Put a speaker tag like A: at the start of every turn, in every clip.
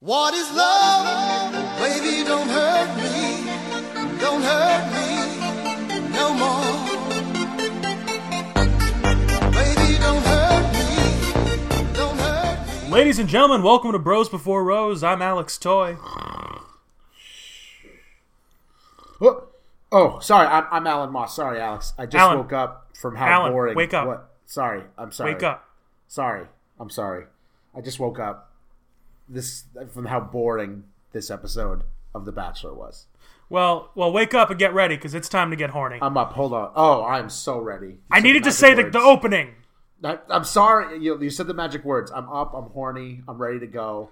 A: What is love? Baby, don't hurt me. Don't hurt me no more. Baby, don't hurt me. Don't hurt me.
B: Ladies and gentlemen, welcome to Bros Before Rose. I'm Alex Toy.
C: Whoa. Oh, sorry. I'm, I'm Alan Moss. Sorry, Alex. I just
B: Alan.
C: woke up from how
B: Alan,
C: boring.
B: wake up.
C: What? Sorry. I'm sorry.
B: Wake up.
C: Sorry. I'm sorry. I just woke up. This from how boring this episode of The Bachelor was.
B: Well, well, wake up and get ready because it's time to get horny.
C: I'm up. Hold on. Oh, I'm so ready. You
B: I
C: said
B: needed to
C: magic
B: say the,
C: words.
B: the opening.
C: I, I'm sorry. You, you said the magic words. I'm up. I'm horny. I'm ready to go.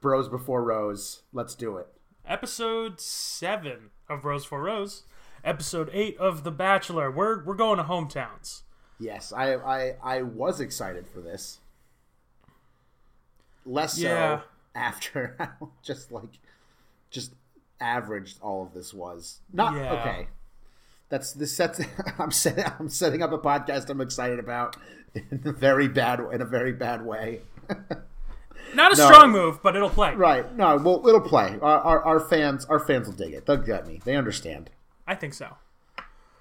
C: Bros before Rose. Let's do it.
B: Episode 7 of Rose for Rose. Episode 8 of The Bachelor. We're, we're going to hometowns.
C: Yes, I I, I was excited for this. Less
B: Yeah.
C: so after how just like just averaged all of this was. Not
B: Yeah.
C: okay. That's this sets I'm setting I'm setting up a podcast I'm excited about in a very bad in a very bad way.
B: Not a
C: No.
B: strong move, but it'll play.
C: Right. No, well it'll play. Our, our our fans our fans will dig it. They'll get me. They understand.
B: I think so.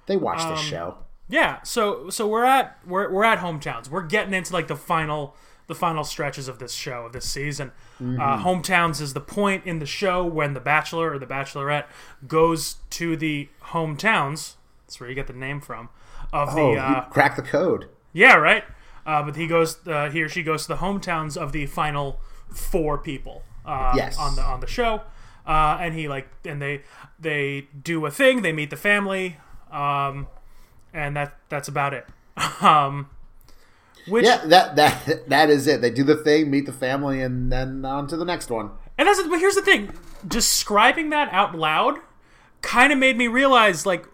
C: They watch
B: Um,
C: this show.
B: Yeah, so so we're at we're, we're at hometowns. We're getting into like the final the final stretches of this show of this season.
C: Mm-hmm.
B: Uh, hometowns is the point in the show when the bachelor or the bachelorette goes to the hometowns. That's where you get the name from of the
C: Oh,
B: uh,
C: you crack the code.
B: yeah right. Uh, but he goes uh, he or she goes to the hometowns of the final four people uh,
C: Yes.
B: on the on the show, uh, and he like and they they do a thing. They meet the family. Um, and that that's about it. Um, which
C: Yeah, that that that is it. They do the thing, meet the family, and then on to the next one.
B: and that's but here's the thing: describing that out loud kind of made me realize like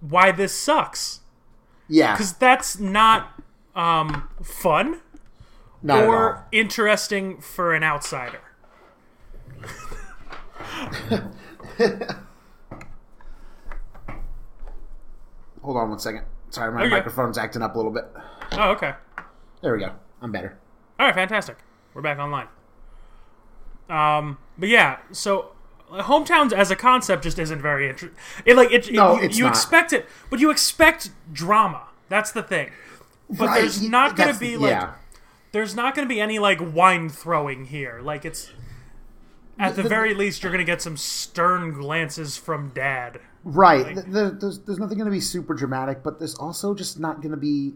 B: why this sucks
C: Yeah,
B: because that's not um, fun
C: not at all.
B: or interesting for an outsider.
C: Hold on one second. Sorry, my
B: Okay.
C: microphone's acting up a little bit.
B: Oh, okay.
C: There we go. I'm better.
B: All right, fantastic. We're back online. Um, but yeah, so uh, hometowns as a concept just isn't very interesting. It like it,
C: No,
B: it- you,
C: it's
B: you
C: not.
B: expect it, but you expect drama. That's the thing. But
C: Right,
B: there's not gonna
C: that's-
B: be like
C: yeah.
B: there's not gonna be any like wine throwing here. Like it's at the,
C: the-
B: very least you're gonna get some stern glances from dad.
C: right. Th- there- there's there's nothing going to be super dramatic, but there's also just not going to be,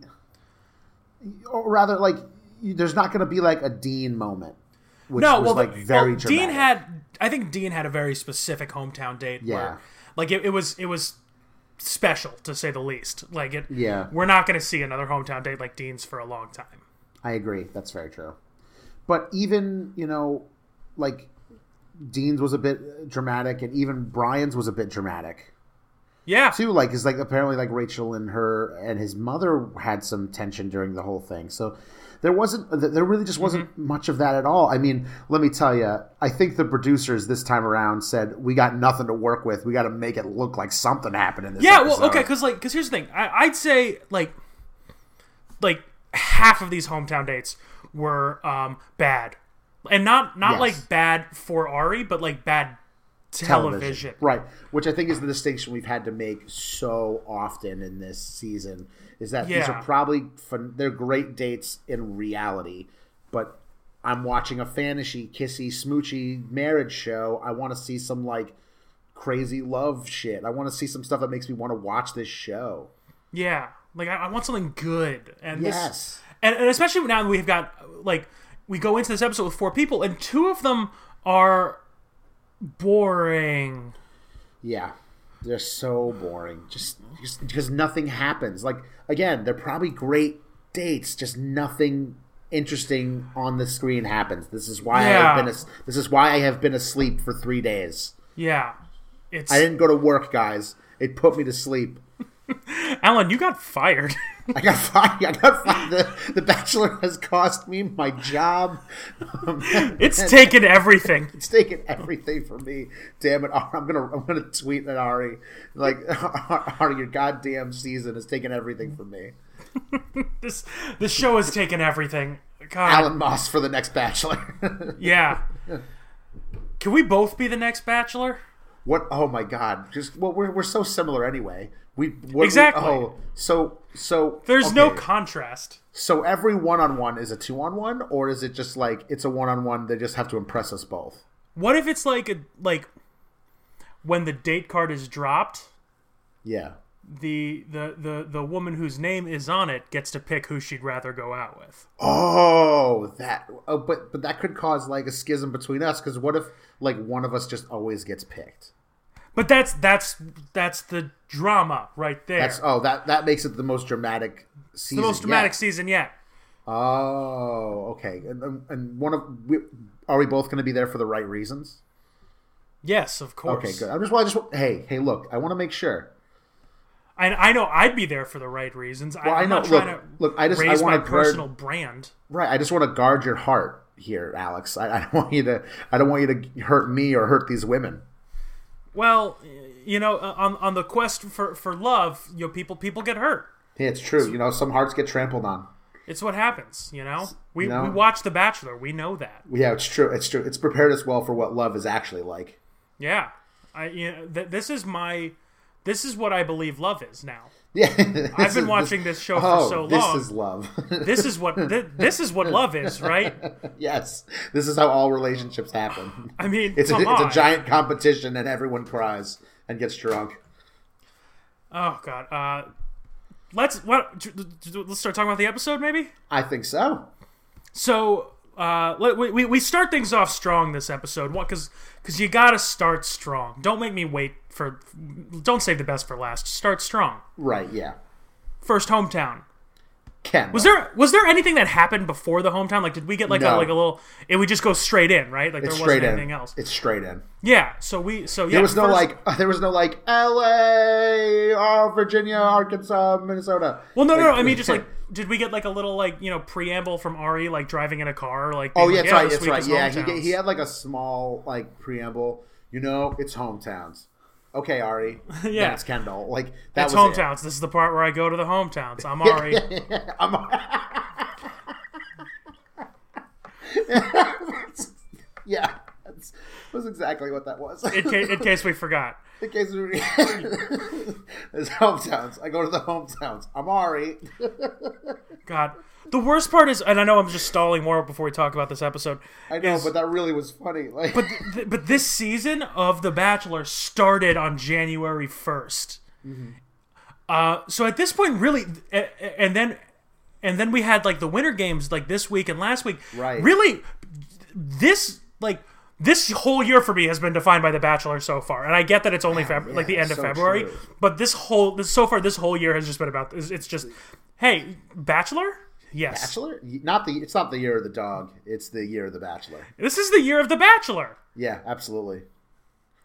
C: or rather, like you- there's not going to be like a Dean moment, which
B: No,
C: was
B: well,
C: like
B: the-
C: very
B: well,
C: dramatic.
B: Dean had. I think Dean had a very specific hometown date.
C: Yeah.
B: Where, like it, it was it was special to say the least. Like it.
C: Yeah.
B: We're not going to see another hometown date like Dean's for a long time.
C: I agree. That's very true. But even you know, like Dean's was a bit dramatic, and even Brian's was a bit dramatic
B: Yeah.
C: too. Like, is like apparently like Rachel and her and his mother had some tension during the whole thing. So there wasn't, th- there really just
B: Mm-hmm.
C: wasn't much of that at all. I mean, let me tell you, I think the producers this time around said we got nothing to work with. We got to make it look like something happened in this.
B: yeah. Well,
C: episode."
B: okay. Because like, because here's the thing. I, I'd say like, like half of these hometown dates were um bad, and not not
C: Yes.
B: like bad for Ari, but like bad television.
C: Right. Which I think is the distinction we've had to make so often in this season is that these
B: Yeah.
C: are probably fun, they're great dates in reality, but I'm watching a fantasy kissy smoochy marriage show. I want to see some like crazy love shit. I want to see some stuff that makes me want to watch this show.
B: Yeah, like I, I want something good, and this,
C: Yes.
B: and, and especially now that we've got like we go into this episode with four people, and two of them are boring.
C: Yeah. They're so boring. Just, just because nothing happens. Like again, they're probably great dates, just nothing interesting on the screen happens. This is why
B: Yeah.
C: I have been as- this is why I have been asleep for 3 days.
B: Yeah, it's
C: I didn't go to work, guys. It put me to sleep.
B: Alan. You got fired.
C: I got fired. I got fired. The, the Bachelor has cost me my job.
B: it's taken everything.
C: It's taken everything from me. Damn it, Ari, I'm gonna I'm gonna tweet at Ari like Ari, your goddamn season has taken everything from me.
B: This this show has taken everything. God,
C: Alan Moss for the next Bachelor.
B: yeah. Can we both be the next Bachelor?
C: What? Oh my God! Just well, we're, we're so similar anyway. We what,
B: Exactly.
C: We, oh, so so
B: There's no
C: okay.
B: contrast.
C: so every one on one is a two on one, or is it just like it's a one on one? They just have to impress us both.
B: What if it's like a like when the date card is dropped,
C: Yeah.
B: the the the the woman whose name is on it gets to pick who she'd rather go out with.
C: Oh, that. Oh, but but that could cause like a schism between us because what if like one of us just always gets picked?
B: But that's that's that's the drama right there.
C: That's oh that that makes it the most dramatic season.
B: the most
C: yet.
B: dramatic season yet.
C: Oh, okay. And, and- and one of we, are we both going to be there for the right reasons?
B: Yes, of course.
C: Okay, good. I just, well, I just, hey, hey, look, I want to make sure.
B: I, I know I'd be there for the right reasons. I,
C: Well,
B: I'm
C: I know.
B: not trying
C: Look,
B: to
C: look, I just, I
B: raise my
C: want to
B: personal brand.
C: Right. I just want to guard your heart here, Alex. I, I don't want you to. I don't want you to hurt me or hurt these women.
B: Well, you know, uh, on on the quest for for love, you know, people people get hurt.
C: Hey, it's true. You know, some hearts get trampled on.
B: It's what happens. You know, we
C: No.
B: we watch The Bachelor. We know that.
C: Yeah, it's true. It's true. It's prepared us well for what love is actually like.
B: Yeah, I you know, th- this is my this is what I believe love is now.
C: Yeah,
B: I've been watching this show for
C: oh,
B: so
C: this
B: long.
C: is love.
B: This is what th- this is what love is, right?
C: yes, this is how all relationships happen.
B: I mean,
C: It's a,
B: come
C: it's
B: on.
C: a giant competition, and everyone cries and gets drunk.
B: Oh God. Uh, let's what j- j- let's start talking about the episode, maybe.
C: I think so.
B: So uh, let, we, we- we start things off strong this episode. What? Because you gotta start strong. Don't make me wait for. Don't save the best for last. Start strong.
C: Right? Yeah.
B: First hometown.
C: Ken
B: Was there was there anything that happened before the hometown? Like, did we get like a
C: No.
B: like a little? It would just go straight in, right? Like
C: It's
B: there
C: straight
B: wasn't
C: in.
B: anything else.
C: It's straight in.
B: Yeah. So we so yeah.
C: There was no
B: first-
C: like. There was no like. L.A., oh, Virginia, Arkansas, Minnesota.
B: Well, no, no, no. I mean, just like, did we get like a little like you know preamble from Ari like driving in a car? Like,
C: Oh
B: being
C: yeah,
B: like,
C: that's right.
B: this
C: That's
B: week
C: right.
B: is
C: Yeah, he,
B: hometowns.
C: ga- he had like a small like preamble. You know, it's hometowns. Okay, Ari.
B: Yeah.
C: that's Kendall. Like that
B: It's
C: was it.
B: hometowns. This is the part where I go to the hometowns. I'm Ari.
C: I'm. yeah, that's, that's exactly what that was.
B: in, ca- in case we forgot.
C: In case we- It's hometowns. I go to the hometowns. I'm Ari.
B: God, the worst part is, and I know I'm just stalling more before we talk about this episode.
C: I know,
B: is-
C: but that really was funny. Like,
B: but th- but this season of The Bachelor started on January 1st
C: Mm-hmm.
B: Uh, so at this point, really, a- a- and then and then we had like the Winter Games like this week and last week.
C: Right.
B: Really, this like. This whole year for me has been defined by The Bachelor so far, and I get that it's only Feb- like the
C: yeah,
B: end of
C: so
B: February,
C: true.
B: but this whole this so far this whole year has just been about it's, it's just, hey, Bachelor, yes,
C: Bachelor? Not the. It's not the year of the dog. It's the year of the Bachelor.
B: this is the year of The Bachelor,
C: Yeah, absolutely.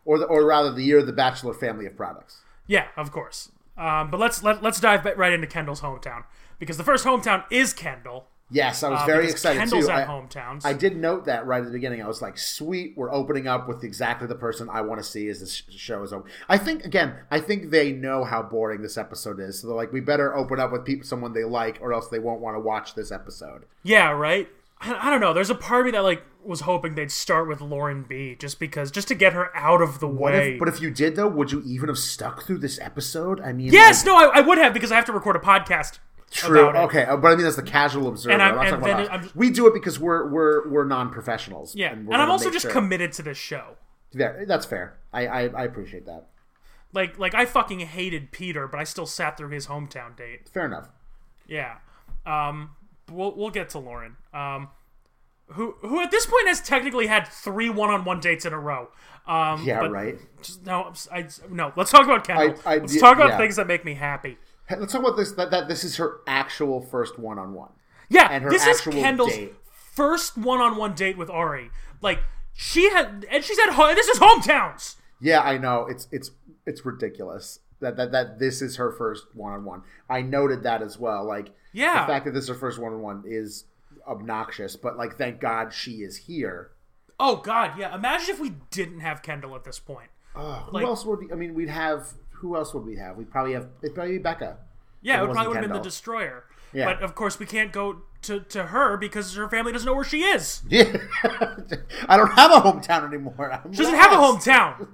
C: Or the, or rather, the year of the Bachelor family of products.
B: Yeah, of course. Um, but let's let, let's dive right into Kendall's hometown because the first hometown is Kendall.
C: Yes, I was
B: uh,
C: very
B: because
C: excited
B: Kendall's
C: too.
B: at
C: I,
B: hometowns.
C: I did note that right at the beginning. I was like, "Sweet, we're opening up with exactly the person I want to see as this sh- show is over." I think again, I think they know how boring this episode is, so they're like, "We better open up with people, someone they like, or else they won't want to watch this episode."
B: yeah, right. I, I don't know. There's a part of me that like was hoping they'd start with Lauren B. Just because, just to get her out of the
C: But
B: way.
C: if, but if you did though, would you even have stuck through this episode? I mean,
B: yes,
C: like,
B: no, I, I would have because I have to record a podcast.
C: true.
B: about it.
C: Okay, uh, but I mean, that's the casual observer.
B: And I'm-
C: I'm not
B: and
C: talking about
B: then
C: us.
B: I'm just-
C: we do it because we're we're we're non professionals.
B: Yeah, and, I'm also just committed to this show.
C: That's fair. I, I I appreciate that.
B: Like, like I fucking hated Peter, but I still sat through his hometown date.
C: Fair enough.
B: Yeah. Um, we'll we'll get to Lauren. Um, who who at this point has technically had three one-on-one dates in a row. Um,
C: Yeah,
B: but
C: right.
B: just- no, I'm s- I, no. Let's talk about Kendall.
C: I- I
B: let's
C: did-
B: talk about
C: yeah.
B: things that make me happy.
C: Hey, Let's talk about this. That, that this is her actual first one on one.
B: Yeah,
C: And her
B: this is
C: actual
B: Kendall's
C: date.
B: first one-on-one date with Ari. Like she had, and she's at home. This is hometowns.
C: Yeah, I know. It's it's it's ridiculous that that, that this is her first one on one. I noted that as well. Like
B: Yeah.
C: the fact that this is her first one on one is obnoxious, but like thank God she is here.
B: Oh God, yeah. Imagine if we didn't have Kendall at this point.
C: Who else would we, I mean? We'd have who else would we have? We'd probably have it'd probably be Becca.
B: Yeah, it,
C: wasn't
B: probably would have been the
C: Kendall.
B: destroyer.
C: Yeah.
B: But of course, we can't go to, to her because her family doesn't know where she is.
C: Yeah, I don't have a hometown anymore. I'm
B: She doesn't have a
C: lost.
B: hometown.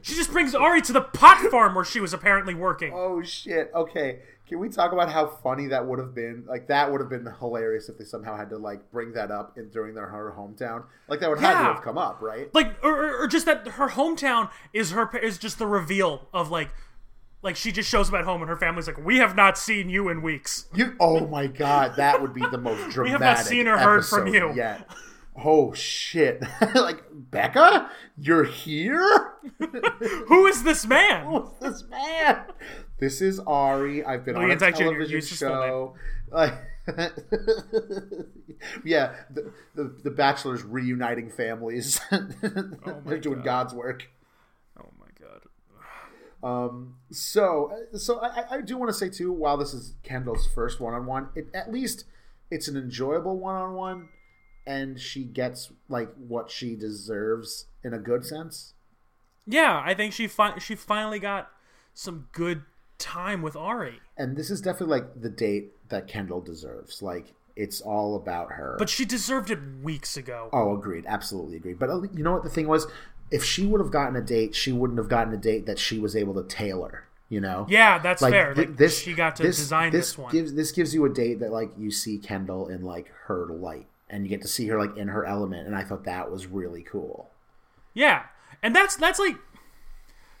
B: She just brings Ari to the pot farm where she was apparently working.
C: Oh shit. Okay. Can we talk about how funny that would have been? Like that would have been hilarious if they somehow had to like bring that up in, during their her hometown. Like that would have had
B: Yeah.
C: to have come up, right?
B: like or, or- or just that her hometown is her is just the reveal of like like she just shows up at home and her family's like we have not seen you in weeks
C: You. Oh my god, that would be the most dramatic.
B: have not seen or heard from
C: episode
B: you.
C: yet. Oh shit! like Becca, you're here.
B: who is this man
C: What's this man? This is Ari. I've been
B: Louis
C: on a
B: Anzac Jr.
C: television
B: used his full
C: show. Like, yeah, the, the the Bachelor's reuniting families. They're doing God's work. Um,
B: oh my god
C: So, uh, so I, I- I do want to say too. While this is Kendall's first one-on-one, it, at least it's an enjoyable one-on-one, and she gets like what she deserves in a good sense.
B: yeah i think she fi- she finally got some good time with ari
C: And this is definitely like the date that Kendall deserves. Like it's all about her.
B: but she deserved it weeks ago
C: Oh, agreed. Absolutely agreed. But uh, you know what the thing was? If she would have gotten a date, she wouldn't have gotten a date that she was able to tailor. You know?
B: yeah that's fair
C: thi-
B: like she got to design this, one
C: Gives, this gives you a date that like you see Kendall in like her light, and you get to see her like in her element. And I thought that was really cool.
B: Yeah, and that's that's like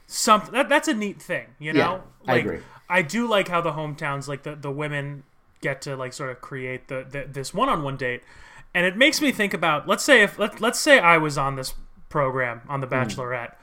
B: something that, that's a neat thing, you
C: Yeah,
B: know.
C: I
B: like,
C: agree.
B: I do like how the hometowns, like the the women, get to like sort of create the, the this one on one date, and it makes me think about let's say if let let's say I was on this program on
C: Hmm.
B: The Bachelorette.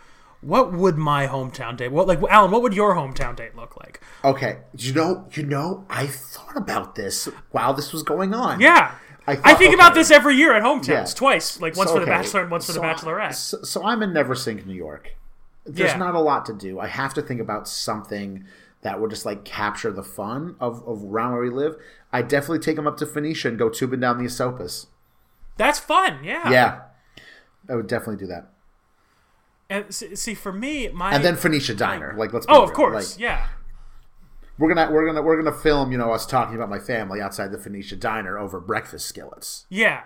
B: What would my hometown date? What like Alan? What would your hometown date look like?
C: Okay, you know, you know, I thought about this while this was going on.
B: Yeah,
C: I
B: I,
C: thought-
B: think about
C: okay.
B: this every year at hometowns
C: Yeah.
B: twice, like once
C: So,
B: for the
C: okay,
B: Bachelor and once for
C: so
B: the
C: I-
B: Bachelorette.
C: so, so I'm in Neversink, New York. There's
B: Yeah.
C: not a lot to do. I have to think about something that would just like capture the fun of, of around where we live. I definitely take them up to Phoenicia and go tubing down the Esopus.
B: That's fun, yeah.
C: Yeah, I would definitely do that.
B: And s- see, for me, my
C: And then Phoenicia Diner, like let's. be
B: oh, of
C: real,
B: course,
C: like,
B: yeah.
C: We're gonna we're gonna we're gonna film you know us talking about my family outside the Phoenicia Diner over breakfast skillets.
B: Yeah.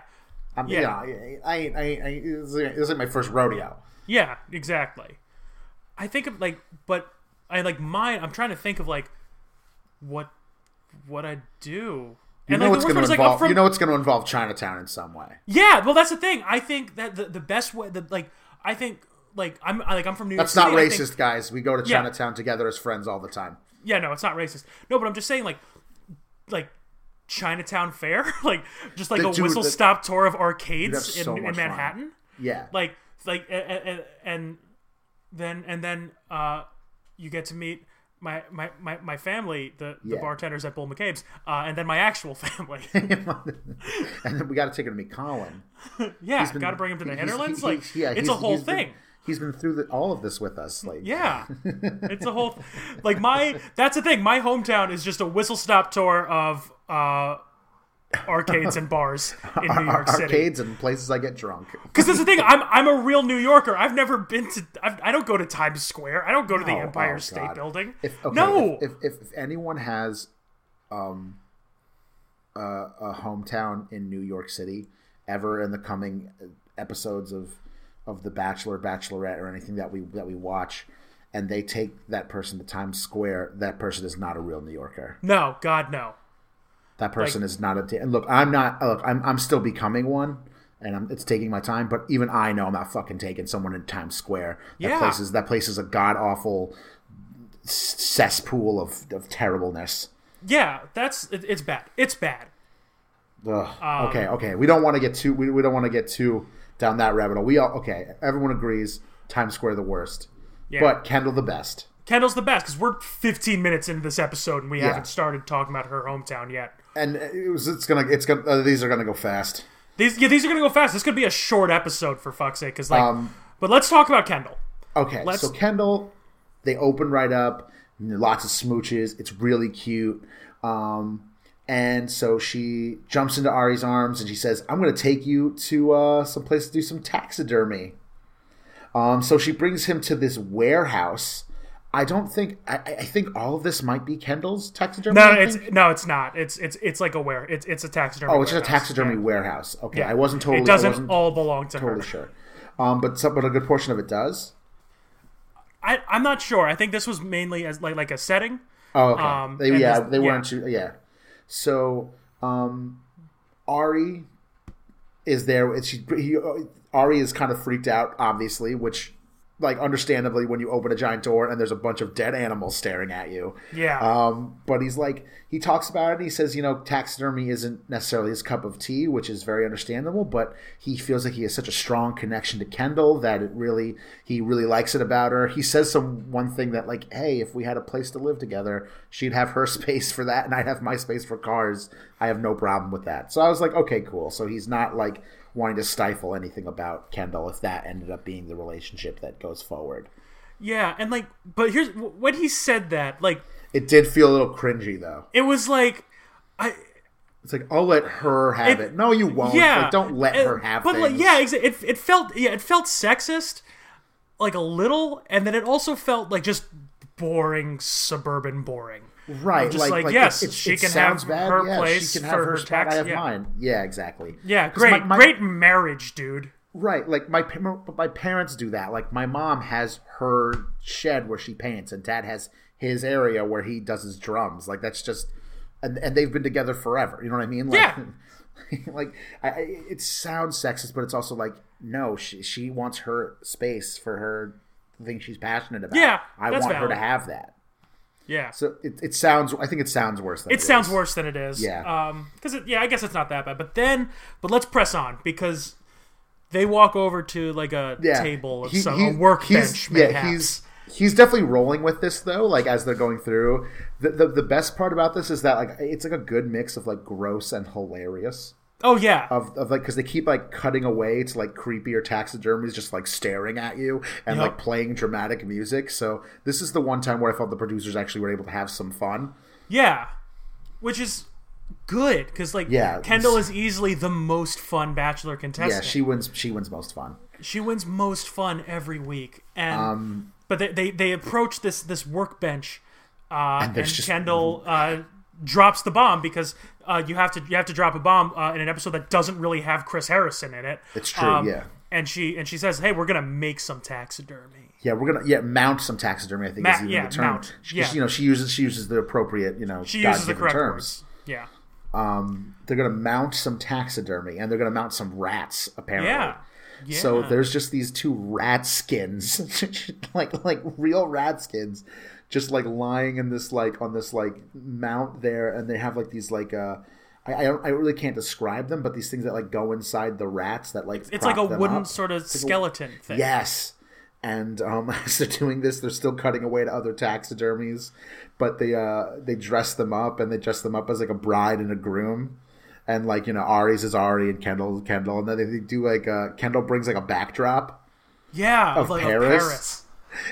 C: I'm,
B: Yeah.
C: yeah, I, I, ain't- I, ain't- I ain't- this is- this is like my first rodeo.
B: Yeah, exactly. I think of like but I like mine I'm trying to think of like what what I do.
C: You
B: and
C: know
B: like
C: it's
B: the worst
C: going
B: one
C: to
B: is like up
C: involve.
B: from
C: you know it's going to involve Chinatown in some way.
B: Yeah, well that's the thing. I think that the, the best way the like I think like I'm I- like I'm from New York
C: That's not
B: City, I
C: racist,
B: think-
C: guys. We go to
B: Yeah.
C: Chinatown together as friends all the time.
B: yeah, no, it's not racist. No, but I'm just saying like like Chinatown Fair, like just like
C: The
B: a
C: dude
B: whistle
C: that-
B: stop tour of arcades
C: have
B: in,
C: so
B: in
C: much fun.
B: Manhattan.
C: Yeah,
B: like like and, and then and then uh you get to meet my my my, my family the, the
C: Yeah.
B: bartenders at bull mccabe's uh, and then my actual family
C: and then we got to take her to meet Colin.
B: yeah gotta bring him to the
C: He's-
B: hinterlands
C: he-
B: like
C: he- yeah,
B: it's a
C: he's-
B: whole
C: he's been-
B: thing
C: he's been through the, all of this with us. Like,
B: yeah it's a whole th- like my that's the thing my hometown is just a whistle stop tour of uh arcades and bars in new york city
C: arcades and places I get drunk.
B: because that's the thing i'm i'm a real new yorker i've never been to I've, i don't go to times square i don't go to the
C: Oh,
B: empire
C: oh,
B: state
C: God.
B: building
C: If, okay,
B: no
C: If, if, if anyone has, um, a, a hometown in New York City, ever in the coming episodes of of The Bachelor, Bachelorette, or anything that we that we watch, and they take that person to Times Square, that person is not a real New Yorker.
B: No, God, no.
C: That person is not a. da- And look, I'm not. Look, I'm I'm still becoming one. And I'm, it's taking my time, but even I know I'm not fucking taking someone in Times Square. That
B: Yeah.
C: place is that place is a god awful cesspool of, of terribleness.
B: Yeah, that's it, it's bad. It's bad.
C: Ugh.
B: Um,
C: okay, okay. We don't want to get too we, we don't want to get too down that rabbit hole. We all okay. Everyone agrees Times Square the worst,
B: Yeah.
C: but Kendall the best.
B: Kendall's the best because we're 15 minutes into this episode and we haven't started talking about her hometown yet.
C: And it was it's gonna it's gonna uh, these are gonna go fast.
B: These yeah, these are gonna go fast. This could be a short episode for fuck's sake. Because like,
C: Um,
B: but let's talk about Kendall.
C: Okay,
B: Let's-
C: so Kendall, they open right up, lots of smooches. It's really cute. Um, and so she jumps into Ari's arms and she says, "I'm going to take you to uh, some place to do some taxidermy." Um, so she brings him to this warehouse. I don't think I, I think all of this might be Kendall's taxidermy.
B: No,
C: I
B: it's
C: think?
B: no, it's not. It's it's it's like a where it's it's a taxidermy.
C: oh, it's just a
B: warehouse.
C: taxidermy
B: Yeah.
C: warehouse. Okay,
B: Yeah.
C: I wasn't totally.
B: It
C: I
B: doesn't
C: wasn't
B: all belong to her.
C: totally sure. Um, but some, but a good portion of it does.
B: I, I'm not sure. I think this was mainly as like like a setting.
C: Oh, okay.
B: Um,
C: they,
B: and
C: yeah,
B: this-
C: they
B: yeah.
C: weren't too. Yeah. So um, Ari is there. and She he, uh, Ari is kind of freaked out, obviously, which like understandably when you open a giant door and there's a bunch of dead animals staring at you.
B: Yeah.
C: Um, but he's like, he talks about it. And he says, you know, taxidermy isn't necessarily his cup of tea, which is very understandable. But he feels like he has such a strong connection to Kendall that it really, he really likes it about her. He says some one thing that like, hey, if we had a place to live together, she'd have her space for that, and I'd have my space for cars. I have no problem with that. So I was like, okay, cool. So he's not like wanting to stifle anything about Kendall if that ended up being the relationship that goes forward.
B: yeah, and like, but here's when he said that. Like,
C: It did feel a little cringy though.
B: it was like, I
C: It's like I'll let her have it.
B: It-
C: No, you won't.
B: yeah,
C: Like, don't let
B: it-
C: her have
B: But like,
C: things.
B: yeah, exa- it it felt yeah, it felt sexist, like a little, and then it also felt like just boring suburban boring.
C: right.
B: just
C: like,
B: like,
C: like,
B: yes,
C: it, it,
B: she
C: it
B: can
C: sounds
B: have
C: bad.
B: her
C: yeah,
B: place
C: she can
B: for
C: have her,
B: her
C: spot,
B: tax-
C: I have
B: yeah.
C: mine. Yeah, exactly.
B: Yeah,
C: 'Cause my-
B: great,
C: my-
B: great marriage, dude.
C: Right, like my pa- my- my parents do that. Like my mom has her shed where she paints, and dad has his area where he does his drums. Like that's just, and and they've been together forever. You know what I mean? Like, like I, I- it sounds sexist, but it's also like no, she she wants her space for her thing she's passionate about.
B: Yeah,
C: I
B: that's
C: want her to
B: valid.
C: have that.
B: Yeah,
C: So it, it sounds. I think it sounds worse. Than
B: it sounds
C: is.
B: worse than it is.
C: Yeah.
B: Um, because yeah, I guess it's not that bad. But then, but let's press on because they walk over to like a
C: Yeah.
B: table, of
C: He-
B: some,
C: he-
B: a workbench.
C: he's- Yeah,
B: mayhaps.
C: he's he's definitely rolling with this though. Like as they're going through, the, the the best part about this is that like it's like a good mix of like gross and hilarious.
B: oh yeah,
C: Of, of like because they keep like cutting away to like creepier taxidermies just like staring at you and
B: Yup.
C: like playing dramatic music. So this is the one time where I felt the producers actually were able to have some fun.
B: yeah, which is good because like
C: Yeah,
B: Kendall is easily the most fun Bachelor
C: Yeah,
B: contestant.
C: she wins. She wins most fun.
B: she wins most fun every week and
C: Um,
B: but they, they they approach this this workbench uh and,
C: there's just-
B: kendall uh drops the bomb because uh you have to you have to drop a bomb uh, in an episode that doesn't really have chris harrison in it Um,
C: It's true, yeah.
B: and she and she says hey we're gonna make some taxidermy
C: Yeah, we're gonna yeah mount some taxidermy. I think
B: Ma-
C: is even
B: yeah,
C: the term.
B: mount.
C: She,
B: Yeah.
C: you know she uses she uses the appropriate you know
B: she uses the
C: God-given
B: correct
C: terms.
B: words yeah
C: they're gonna mount some taxidermy and they're gonna mount some rats apparently.
B: yeah yeah.
C: So there's just these two rat skins, like like real rat skins, just like lying in this like on this like mount there, and they have like these like uh, I I, don't, I really can't describe them, but these things that like go inside the rats that like
B: it's like a
C: prop them
B: wooden
C: up.
B: sort of skeleton thing
C: Yes. And um, as they're doing this, they're still cutting away to other taxidermies, but they uh, they dress them up and they dress them up as like a bride and a groom, and like you know Ari's is Ari and Kendall is Kendall, and then they, they do like uh, Kendall brings like a backdrop,
B: yeah of like
C: Paris?
B: Of paris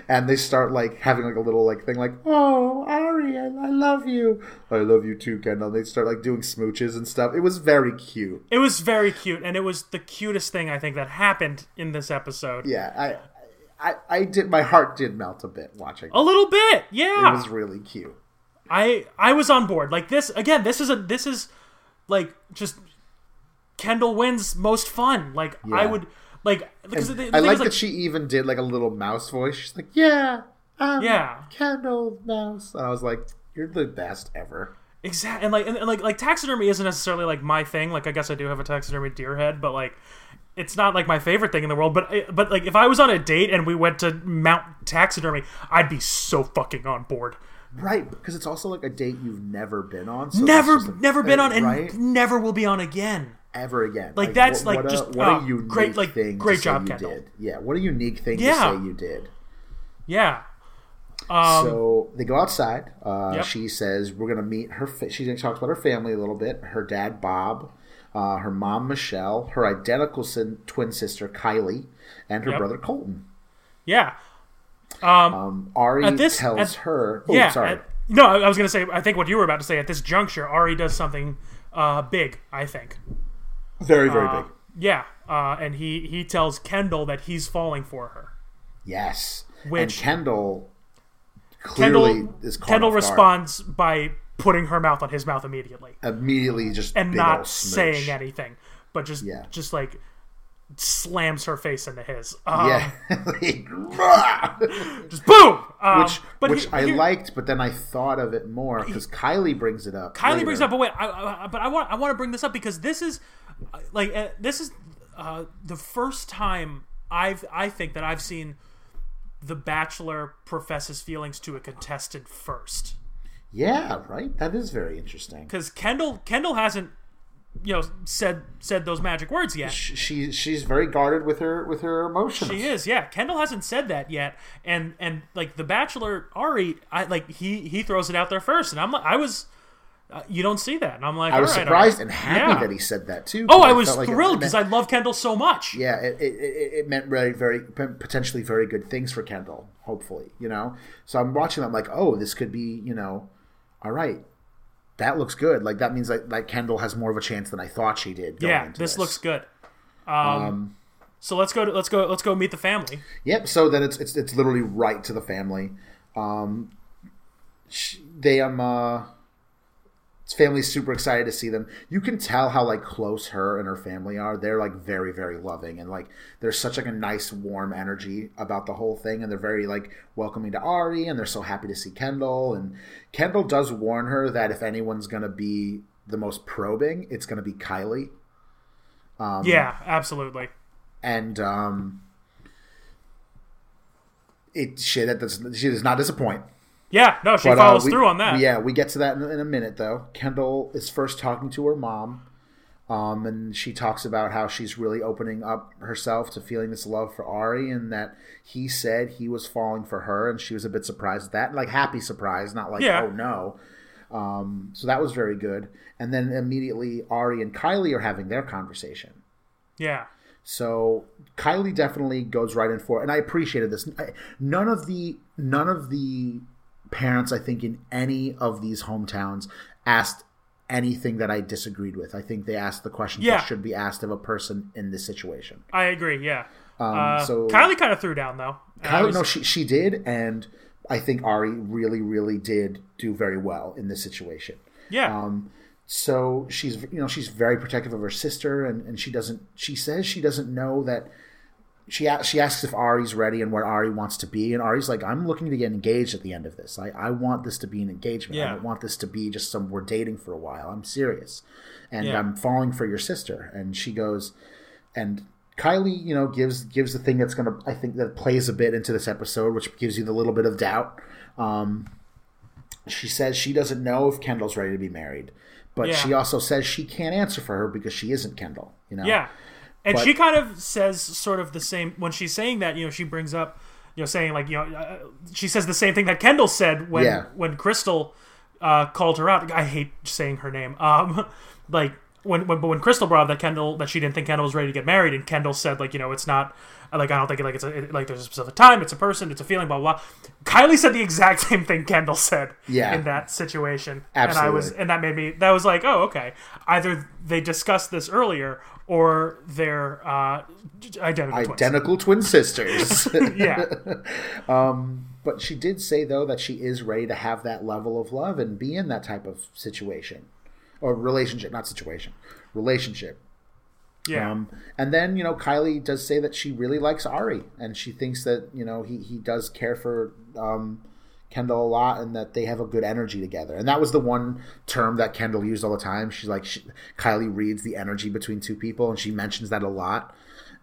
C: and they start like having like a little like thing like oh Ari I, I love you I love you too Kendall. And they start like doing smooches and stuff. It was very cute.
B: it was very cute and it was the cutest thing i think that happened in this episode
C: Yeah, I I, I did my heart did melt a bit watching.
B: A little bit,
C: It
B: yeah.
C: was really cute.
B: I I was on board. Like this again. This is a this is like just Kendall wins most fun. Like I
C: Yeah.
B: would like because the, the
C: I
B: thing
C: like
B: is
C: that
B: like
C: she even did like a little mouse voice. She's like, "Yeah, i
B: Yeah.
C: Kendall Mouse," and I was like, "You're the best ever."
B: exactly and like and, and, like like taxidermy isn't necessarily like my thing. Like I guess I do have a taxidermy deer head, but like it's not like my favorite thing in the world. But I- but like if I was on a date and we went to Mount Taxidermy, I'd be so fucking on board.
C: Right, because it's also like a date you've never been on. So
B: Never
C: that's just a
B: never been on
C: thing,
B: and
C: right?
B: never will be on again.
C: ever again.
B: Like, that's,
C: what-
B: like,
C: what a-
B: just,
C: what
B: oh,
C: a unique
B: great, like,
C: thing. to
B: great
C: say
B: job,
C: you
B: Kendall.
C: Did. Yeah, what a unique thing
B: Yeah.
C: to say you did.
B: Yeah.
C: so they go outside. Uh,
B: Um, Yep.
C: She says we're gonna meet her. Fa- she talks about her family a little bit. Her dad Bob, uh, her mom Michelle, her identical sin- twin sister Kylie, and her
B: Yep.
C: brother Colton.
B: Yeah.
C: Um, Ari
B: At this-
C: tells
B: at-
C: her. Oh,
B: yeah.
C: sorry.
B: at- no, I I was going to say, I think what you were about to say, at this juncture, Ari does something uh, big, I think.
C: very, very big.
B: Yeah. Uh, and he, he tells Kendall that he's falling for her.
C: Yes.
B: Which-
C: and Kendall clearly
B: Kendall
C: is caught
B: Kendall
C: off guard.
B: responds by putting her mouth on his mouth immediately
C: immediately, just
B: and
C: big ol'
B: not
C: smooch.
B: saying anything, but just
C: Yeah.
B: just like slams her face into his. Um,
C: Yeah, Like,
B: Just boom. Um,
C: which
B: but
C: which
B: he-
C: I
B: here-
C: liked, but then I thought of it more because Kylie brings it up.
B: Kylie
C: later.
B: brings up, but wait, I, I, but I want I want to bring this up because this is uh, like uh, this is uh, the first time I've I think that I've seen the Bachelor profess his feelings to a contestant first
C: Yeah, right. That is very interesting.
B: because Kendall Kendall hasn't you know said said those magic words yet.
C: Sh- She she's very guarded with her with her emotions.
B: She is, yeah. Kendall hasn't said that yet, and and like the Bachelor Ari, I like he he throws it out there first, and I'm like I was, uh, you don't see that, and I'm like
C: I was
B: all right, all
C: surprised
B: right.
C: and happy
B: Yeah.
C: that he said that too.
B: Oh,
C: 'cause
B: I was
C: felt like it-
B: thrilled
C: it
B: because I
C: meant-
B: love Kendall so much.
C: yeah, it, it, it, it meant very, very potentially very good things for Kendall. Hopefully, you know. So I'm watching. I'm like, oh, this could be, you know, all right. That looks good. Like that means like, like Kendall has more of a chance than I thought she did. Going
B: Yeah,
C: into
B: this looks good. Um, so let's go. To, let's go. Let's go meet the family.
C: Yep. So then it's it's it's literally right to the family. Um, sh they um, uh, his family's super excited to see them. You can tell how like close her and her family are. They're like very very loving and like there's such like a nice warm energy about the whole thing, and they're very like welcoming to Ari, and they're so happy to see Kendall. And Kendall does warn her that if anyone's gonna be the most probing, it's gonna be Kylie um,
B: yeah, absolutely.
C: and um, it she that does she does not disappoint.
B: Yeah, no, she
C: But, uh,
B: follows
C: we-
B: through on that.
C: Yeah, we get to that in, in a minute though. Kendall is first talking to her mom, um, and she talks about how she's really opening up herself to feeling this love for Ari, and that he said he was falling for her, and she was a bit surprised at that, like happy surprise, not like
B: Yeah.
C: oh no. Um, so that was very good. And then immediately Ari and Kylie are having their conversation.
B: yeah,
C: So Kylie definitely goes right in for it, and I appreciated this. I, none of the none of the parents, I think, in any of these hometowns asked anything that I disagreed with. I think they asked the questions
B: Yeah.
C: that should be asked of a person in this situation.
B: I agree. Yeah.
C: Um,
B: Uh,
C: so
B: Kylie kind of threw down though. And I
C: Kylie,
B: was-
C: no, she she did, and I think Ari really, really did do very well in this situation.
B: yeah,
C: Um, so she's you know she's very protective of her sister, and, and she doesn't. She says she doesn't know that. She a- she asks if Ari's ready and where Ari wants to be, and Ari's like, "I'm looking to get engaged at the end of this. I, I want this to be an engagement. I
B: Yeah.
C: don't want this to be just some we're dating for a while. I'm serious, and
B: Yeah.
C: I'm falling for your sister." And she goes, and Kylie, you know, gives gives the thing that's gonna I think that plays a bit into this episode, which gives you the little bit of doubt. Um, she says she doesn't know if Kendall's ready to be married, but
B: Yeah.
C: she also says she can't answer for her because she isn't Kendall. You know,
B: yeah. And
C: but-
B: she kind of says sort of the same when she's saying that. You know, she brings up, you know, saying like, you know, uh, she says the same thing that Kendall said when
C: Yeah.
B: when Crystal uh, called her out. I hate saying her name. Um, like when, when but when Crystal brought up that Kendall that she didn't think Kendall was ready to get married, and Kendall said like, you know, it's not like I don't think like it's a, it- like there's a specific time, it's a person, it's a feeling, blah blah. Kylie said the exact same thing Kendall said
C: Yeah.
B: in that situation, and I
C: Absolutely.
B: was and that made me that was like oh okay either they discussed this earlier or they're uh, j- identical twins.
C: identical twin sisters.
B: yeah
C: but she did say though that she is ready to have that level of love and be in that type of situation or relationship, not situation, relationship.
B: yeah
C: Um, and then you know Kylie does say that she really likes Ari, and she thinks that you know he he does care for um, Kendall a lot, and that they have a good energy together. And that was the one term that Kendall used all the time. She's like she, Kylie reads the energy between two people, and she mentions that a lot.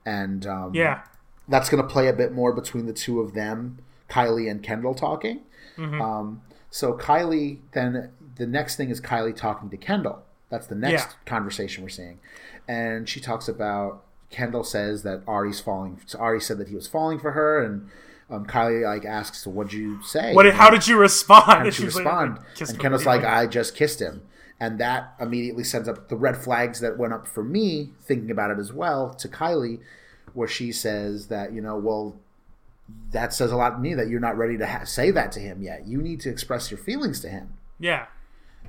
C: And um,
B: yeah
C: that's going to play a bit more between the two of them, Kylie and Kendall talking.
B: Mm-hmm.
C: Um, so Kylie then the next thing is Kylie talking to Kendall. That's the next
B: Yeah.
C: conversation we're seeing, and she talks about Kendall says that Ari's falling. Ari said that he was falling for her, and um, Kylie like asks, "What'd you say?
B: what how did you respond
C: how
B: And
C: did you
B: she's like,
C: respond?"
B: kissed
C: and
B: him
C: Kendall's like,
B: immediately.
C: "I just kissed him." And that immediately sends up the red flags that went up for me thinking about it as well to Kylie, where she says that you know, well, that says a lot to me that you're not ready to ha- say that to him yet. You need to express your feelings to him.
B: yeah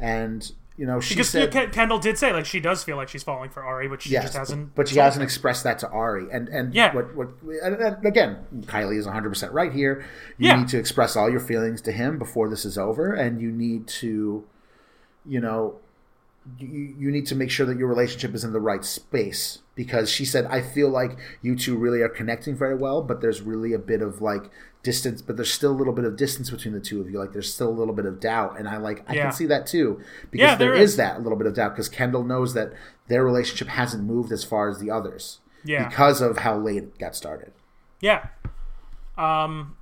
C: And You know, she
B: Because
C: said,
B: Ken- Kendall did say like she does feel like she's falling for Ari, but she
C: yes,
B: just hasn't.
C: but she hasn't expressed that to Ari. And and
B: Yeah.
C: what what and, and again, Kylie is 100 percent right here. You
B: Yeah.
C: need to express all your feelings to him before this is over, and you need to, you know, you, you need to make sure that your relationship is in the right space because she said i feel like you two really are connecting very well but there's really a bit of like distance but there's still a little bit of distance between the two of you like there's still a little bit of doubt and i like i
B: Yeah.
C: can see that too because
B: Yeah,
C: there
B: there
C: is.
B: is.
C: that little bit of doubt because kendall knows that their relationship hasn't moved as far as the others
B: Yeah.
C: because of how late it got started
B: Yeah, Um,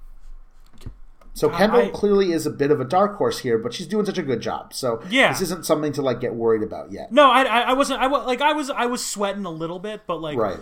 C: so kendall
B: Uh, I-
C: clearly is a bit of a dark horse here but she's doing such a good job so
B: Yeah.
C: this isn't something to like get worried about yet
B: no, I, I, I wasn't. I was like, I was, I was sweating a little bit, but like,
C: right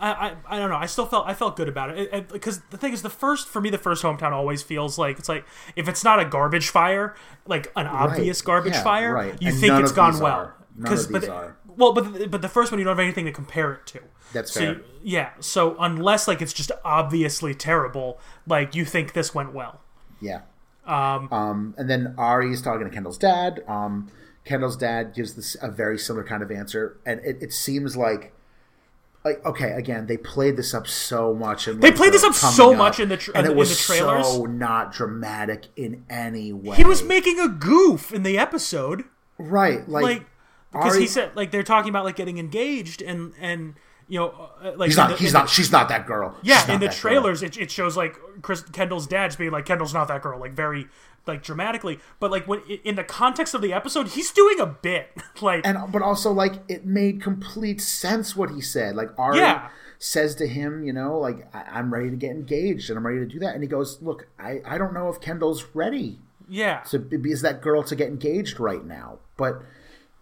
B: I, I, I don't know. I still felt I felt good about it because the thing is, the first for me, the first hometown always feels like it's like if it's not a garbage fire, like an obvious garbage
C: yeah,
B: fire,
C: right.
B: you
C: And
B: think
C: none
B: it's
C: of
B: gone
C: these
B: well.
C: are. None of
B: but
C: these are.
B: well, but but the first one you don't have anything to compare it to.
C: That's
B: so
C: fair.
B: you- yeah. So unless like it's just obviously terrible, like you think this went well.
C: Yeah. Um, and then Ari is talking to Kendall's dad. Um, Kendall's dad gives this a very similar kind of answer, and it, it seems like, like okay, again, they played this up so much, and
B: They played this up so much in the tra-
C: and it
B: in
C: was
B: the trailers.
C: so not dramatic in any way.
B: He was making a goof in the episode.
C: right, like,
B: like because
C: Ari-
B: he said like they're talking about like getting engaged and and you know uh, like
C: he's
B: in
C: not,
B: the-
C: he's
B: in
C: not, she's not that girl.
B: the, yeah
C: She's not
B: in the
C: that girl.
B: trailers it, it shows like Chris Kendall's dad's being like Kendall's not that girl like very like dramatically but like when in the context of the episode he's doing a bit like
C: and but also like it made complete sense what he said. Like Ari
B: Yeah.
C: says to him, you know, like I- I'm ready to get engaged and I'm ready to do that. And he goes, look, I I don't know if Kendall's ready
B: yeah
C: to be is that girl to get engaged right now, but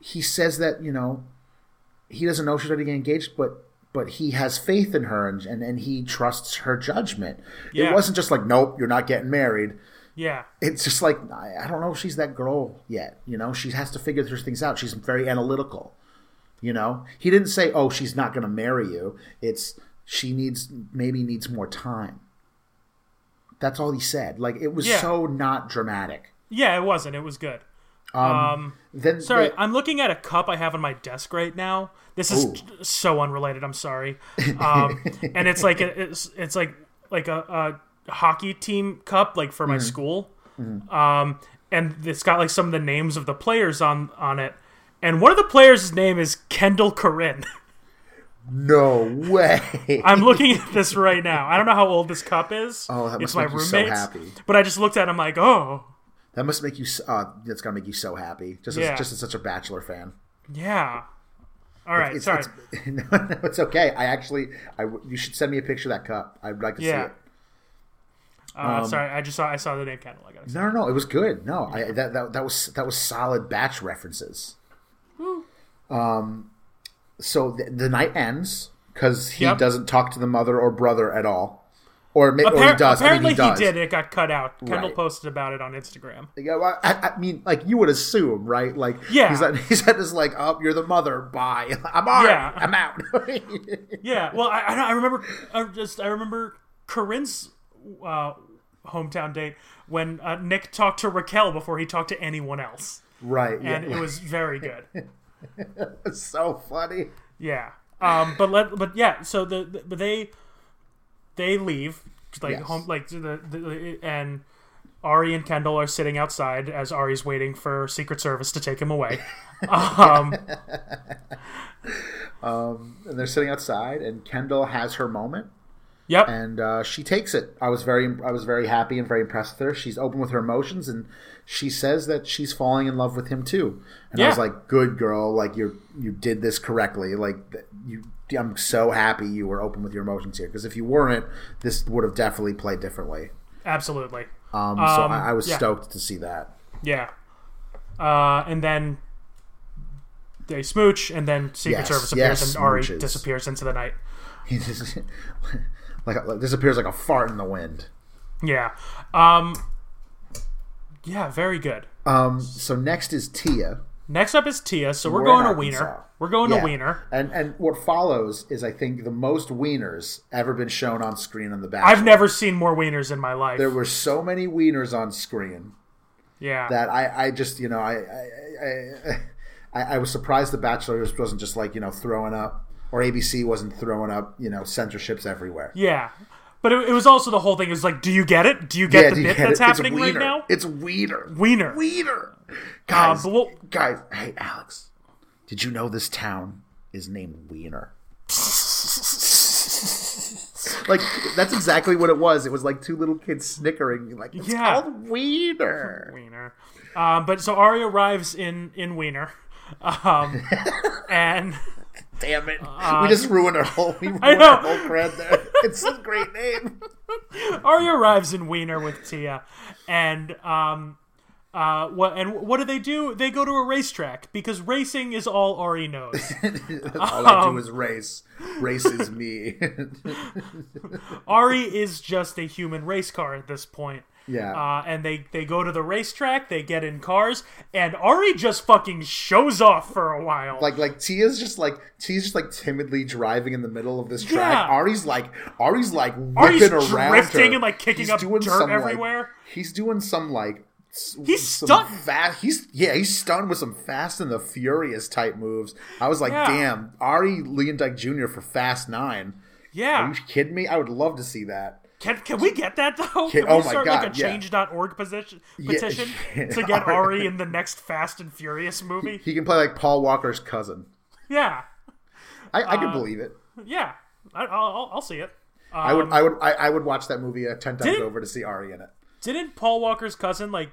C: he says that you know he doesn't know she's ready to get engaged, but but he has faith in her and and, and he trusts her judgment. It
B: Yeah.
C: wasn't just like, nope, you're not getting married
B: yeah
C: it's just like I, I don't know if she's that girl yet. You know, she has to figure those things out. She's very analytical. You know, he didn't say, "Oh, she's not going to marry you." It's she needs maybe needs more time. That's all he said. Like it was
B: Yeah.
C: so not dramatic.
B: yeah it wasn't it was good
C: Then
B: Sorry,
C: they-
B: I'm looking at a cup I have on my desk right now. This is
C: Ooh.
B: t- so unrelated. I'm sorry, um, and it's like a, it's it's like like a, a hockey team cup, like
C: Mm-hmm.
B: for my school, um, and it's got like some of the names of the players on on it, and one of the players' name is Kendall Corinne.
C: no way.
B: I'm looking at this right now. I don't know how old this cup is.
C: Oh, that
B: it's
C: must
B: my
C: make you
B: roommate's,
C: so happy.
B: but I just looked at him like, oh
C: that must make you. s- Uh, that's gonna make you so happy. Just
B: Yeah.
C: as, just as such a bachelor fan.
B: yeah. All right,
C: It's,
B: sorry.
C: It's, no, no, it's okay. I actually, I w- you should send me a picture of that cup. I'd like to see
B: Yeah.
C: it. Um,
B: uh, sorry, I just saw I saw the name Kendall. I got
C: No, no, no. It was good. No, I, that, that that was that was solid batch references. Um, so the, the night ends because he
B: Yep.
C: doesn't talk to the mother or brother at all, or, ma- or he
B: Appar-
C: does. I mean,
B: Apparently,
C: he does.
B: did. and It got cut out. Kendall
C: Right.
B: posted about it on Instagram.
C: Yeah, well, I, I mean, like you would assume, right? Like,
B: Yeah.
C: he's at, he's at this like, oh, you're the mother. Bye. I'm all
B: Yeah.
C: I'm out.
B: Yeah. Well, I, I, don't- I remember. I just I remember Corinne's uh, hometown date when uh, Nick talked to Raquel before he talked to anyone else,
C: right.
B: and
C: Yeah.
B: it was very good.
C: It's so funny.
B: Yeah. Um. But let. But yeah. So the, the but they they leave like
C: Yes.
B: home like to the, the- the and. Ari and Kendall are sitting outside as Ari's waiting for Secret Service to take him away. Um,
C: And they're sitting outside, and Kendall has her moment.
B: yep.
C: and uh, she takes it. I was very I was very happy and very impressed with her. She's open with her emotions, and she says that she's falling in love with him too. And I was
B: Yeah.
C: like, "Good girl, like you you did this correctly. Like th- you, I'm so happy you were open with your emotions here. Because if you weren't, this would have definitely played differently.
B: Absolutely.
C: Um, so I, I was
B: yeah.
C: stoked to see that.
B: Yeah. Uh, and then they smooch, and then Secret
C: Yes,
B: Service appears,
C: yes,
B: and Ari
C: smooches.
B: disappears into the night.
C: He just like, like disappears like a fart in the wind.
B: Yeah. Um, yeah, very good.
C: Um, so next is Tia.
B: Next up is Tia, so we're,
C: We're
B: going
C: in
B: to
C: Arkansas.
B: Wiener. We're going
C: uh, Yeah.
B: to Wiener.
C: And and what follows is I think the most wieners ever been shown on screen on the back.
B: I've never seen more Wieners in my life.
C: there were so many wieners on screen.
B: Yeah.
C: that I, I just you know I I, I I I was surprised the Bachelor was- wasn't just like you know throwing up or ABC wasn't throwing up you know censorships everywhere.
B: yeah. But it, it was also the whole thing. It was like, do you get it? Do you get the
C: do you
B: bit
C: get
B: that's
C: it? It's
B: happening right
C: Wiener.
B: now?
C: It's Weeder.
B: Wiener. Uh,
C: Weeder. Guys,
B: but we'll-
C: guys. Hey, Alex. Did you know this town is named Wiener? like that's exactly what it was. It was like two little kids snickering, like it's
B: Yeah.
C: called Wiener.
B: Wiener. Um, but so Ari arrives in in Wiener, um, and
C: Damn it! we just ruined our whole. We ruined
B: Uh, know.
C: our whole crowd there. It's a great name.
B: Arya arrives in Wiener with Tia, and um, uh, what and what do they do? They go to a racetrack because racing is all Ari knows.
C: All I
B: Um,
C: do is race. Race is me.
B: Ari is just a human race car at this point.
C: yeah.
B: Uh, and they, they go to the racetrack, they get in cars, and Ari just fucking shows off for a while.
C: like like Tia's just like Tia's just like timidly driving in the middle of this track.
B: Yeah.
C: Ari's like Ari's like whipping
B: Ari's
C: around
B: drifting
C: her.
B: and, like, kicking up dirt everywhere.
C: Like, he's doing some like s-
B: He's
C: some
B: stunned.
C: Fast, he's yeah, he's stunned with some Fast and the Furious type moves. I was like,
B: Yeah.
C: damn, Ari Leondyke Jr. for Fast Nine. Are
B: yeah.
C: you kidding me? I would love to see that.
B: Can, can we get that though? Can, we
C: oh my
B: start like
C: God,
B: a
C: yeah.
B: change.org position, petition
C: yeah.
B: to get Ari in the next Fast and Furious movie?
C: He can play like Paul Walker's cousin.
B: Yeah.
C: I, I
B: Uh,
C: could believe it.
B: Yeah. I, I'll, I'll- I'll see it.
C: I
B: um,
C: would, I would, I, I would watch that movie uh, ten times
B: didn't-
C: over to see Ari in it.
B: Didn't Paul Walker's cousin like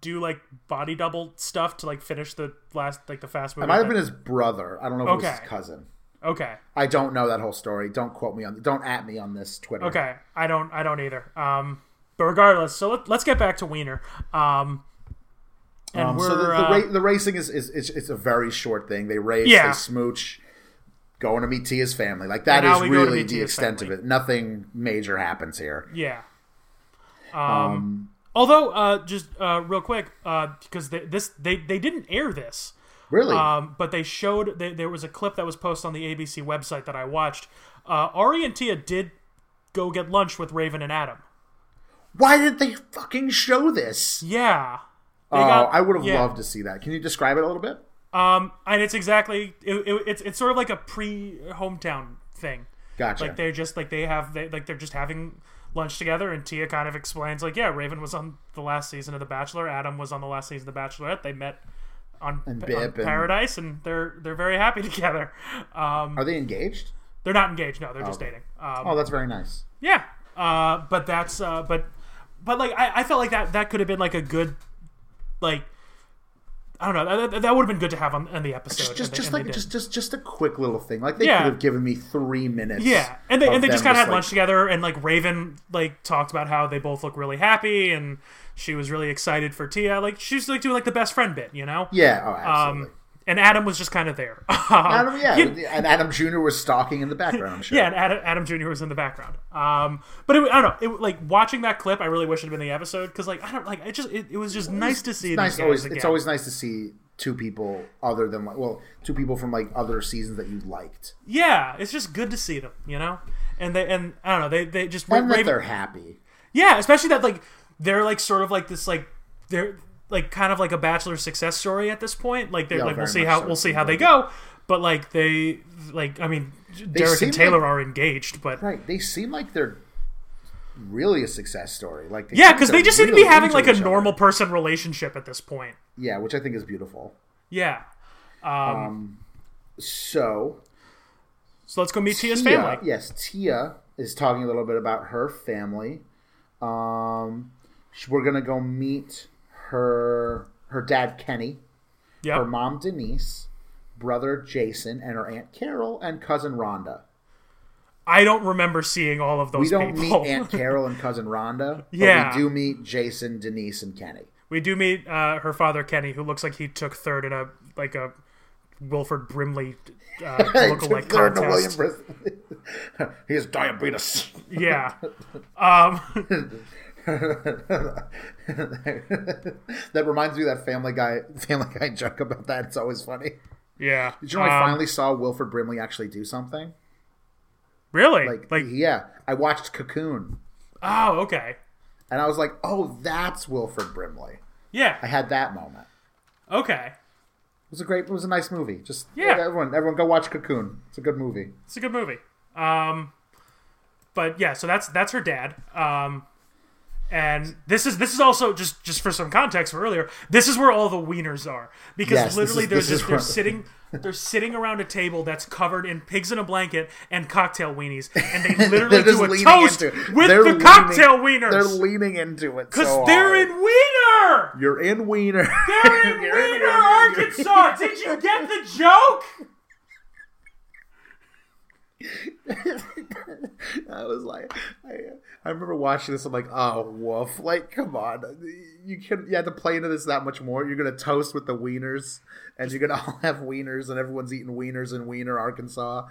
B: do like body double stuff to like finish the last like the fast movie?
C: Might have
B: thing?
C: been his brother. I don't know if it was
B: Okay.
C: his cousin.
B: okay.
C: I don't know that whole story. Don't quote me on. Don't at me on this Twitter.
B: Okay. I don't. I don't either. Um. But regardless, so let, let's get back to Wiener. Um. And
C: Um,
B: we're
C: so the, the,
B: uh,
C: ra- the racing is, is is it's a very short thing. They race,
B: Yeah.
C: they smooch, going to meet Tia's family. Like that
B: And now
C: is
B: we go to
C: really
B: meet
C: the
B: Tia's
C: extent
B: family.
C: of it. Nothing major happens here.
B: yeah. Um. although, uh, just uh, real quick, uh, because they, this they they didn't air this.
C: Really,
B: Um, but they showed they, there was a clip that was posted on the ABC website that I watched. Uh, Ari and Tia did go get lunch with Raven and Adam.
C: why did they fucking show this?
B: Yeah. They
C: oh,
B: got-
C: I would have
B: yeah.
C: loved to see that. Can you describe it a little bit?
B: Um, and it's exactly it, it, it's it's sort of like a pre hometown thing.
C: Gotcha.
B: Like they're just like they have they like they're just having lunch together, and Tia kind of explains like, yeah, Raven was on the last season of The Bachelor, Adam was on the last season of The Bachelorette. They met on, on
C: Bip and-
B: Paradise, and they're they're very happy together. Um,
C: Are they engaged?
B: they're not engaged, no, they're just dating. Um,
C: Oh, that's very nice.
B: Yeah. Uh, but that's uh, but but like I, I felt like that that could have been like a good like I don't know that, that would have been good to have on, on the episode.
C: Just,
B: and
C: just,
B: they-
C: just
B: and they
C: like,
B: did.
C: just, just, just a quick little thing. Like they
B: Yeah.
C: could have given me three minutes.
B: yeah, and they and they just
C: them
B: kind of had
C: like,
B: lunch together, and like Raven like talked about how they both look really happy, and she was really excited for Tia. Like she was like doing like the best friend bit, you know.
C: Yeah. Oh, absolutely.
B: Um, and Adam was just kind of there. Um,
C: Adam, yeah,
B: You-
C: and Adam Jr. was stalking in the background. I'm sure.
B: Yeah, and Adam, Adam Jr. was in the background. Um, but it, I don't know. It, like watching that clip, I really wish it had been the episode because, like, I don't like. It just it, it was just nice to see.
C: nice.
B: these
C: Always,
B: guys
C: it's
B: again.
C: always nice to see two people other than like, well, two people from like other seasons that you liked,
B: yeah. It's just good to see them, you know. And they and I don't know. They they just
C: and that
B: Raven-
C: they're happy.
B: yeah, especially that like they're like sort of like this like they're like kind of like a bachelor success story at this point. Like they're
C: Yeah,
B: like we'll
C: very
B: see
C: much
B: how
C: so.
B: we'll see how they go. But like they like I mean Derek
C: seem
B: and
C: like-
B: Taylor are engaged, but
C: Right? They seem like they're really a success story. Like, they
B: yeah,
C: seem
B: because
C: like
B: they just seem to
C: really
B: be having
C: into
B: like a
C: each other.
B: normal person relationship at this point.
C: Yeah, which I think is beautiful.
B: Yeah.
C: So
B: So let's go meet Tia's
C: Tia-
B: family.
C: yes, Tia is talking a little bit about her family. Um, sh- we're gonna go meet her her dad Kenny.
B: Yep.
C: her mom Denise, brother Jason, and her aunt Carol and cousin Rhonda.
B: I don't remember seeing all of those
C: We don't
B: people.
C: meet Aunt Carol and cousin Rhonda, but
B: Yeah.
C: we do meet Jason, Denise, and Kenny.
B: we do meet uh, her father Kenny, who looks like he took third in a like a Wilford Brimley uh, lookalike
C: Third to William
B: contest.
C: Bris- he has diabetes.
B: yeah,
C: that reminds me of that Family Guy Family Guy joke about that. It's always funny.
B: yeah.
C: Did you know I
B: Um,
C: finally saw Wilford Brimley actually do something?
B: really
C: Like, yeah, I watched Cocoon,
B: oh okay
C: and I was like, oh, that's Wilford Brimley.
B: Yeah.
C: I had that moment.
B: Okay.
C: It was a great. It was a nice movie. Just
B: Yeah.
C: everyone, everyone, go watch Cocoon. It's a good movie.
B: It's a good movie. Um, but yeah, so that's that's her dad. Um, and this is this is also just just for some context for earlier. This is where all the wieners are because
C: Yes, this
B: literally
C: is-
B: they're
C: this is
B: just they're
C: where-
B: sitting they're sitting around a table that's covered in pigs in a blanket and cocktail weenies, and they literally
C: They're just
B: do a
C: leaning
B: toast
C: into it.
B: with
C: They're
B: the
C: leaning-
B: cocktail
C: They're
B: wieners
C: leaning into it
B: because
C: so
B: they're
C: hard.
B: in wiener.
C: You're in Wiener.
B: They're in
C: You're in
B: Wiener,
C: Wiener.
B: Arkansas. Did you get the joke?
C: I was like, I, I remember watching this. I'm like, oh, woof! Like, come on, you can you had to play into this that much more. You're gonna toast with the wieners, and you're gonna all have wieners, and everyone's eating wieners in Wiener, Arkansas.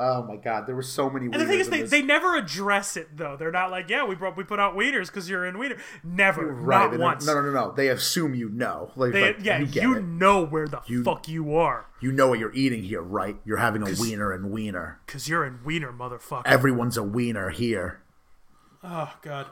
C: Oh my God, there were so many.
B: And the thing is, they,
C: in this.
B: they never address it though. They're not like, yeah, we brought we put out wieners because you're in wiener. Never,
C: right? they
B: not
C: don't-
B: once.
C: No, no, no, no. They assume you know. Like,
B: They-
C: like,
B: yeah,
C: you
B: you,
C: get it.
B: know where the fuck you are
C: You know what you're eating here, right? You're having a wiener and wiener.
B: because you're in wiener, motherfucker.
C: Everyone's a wiener here.
B: oh god.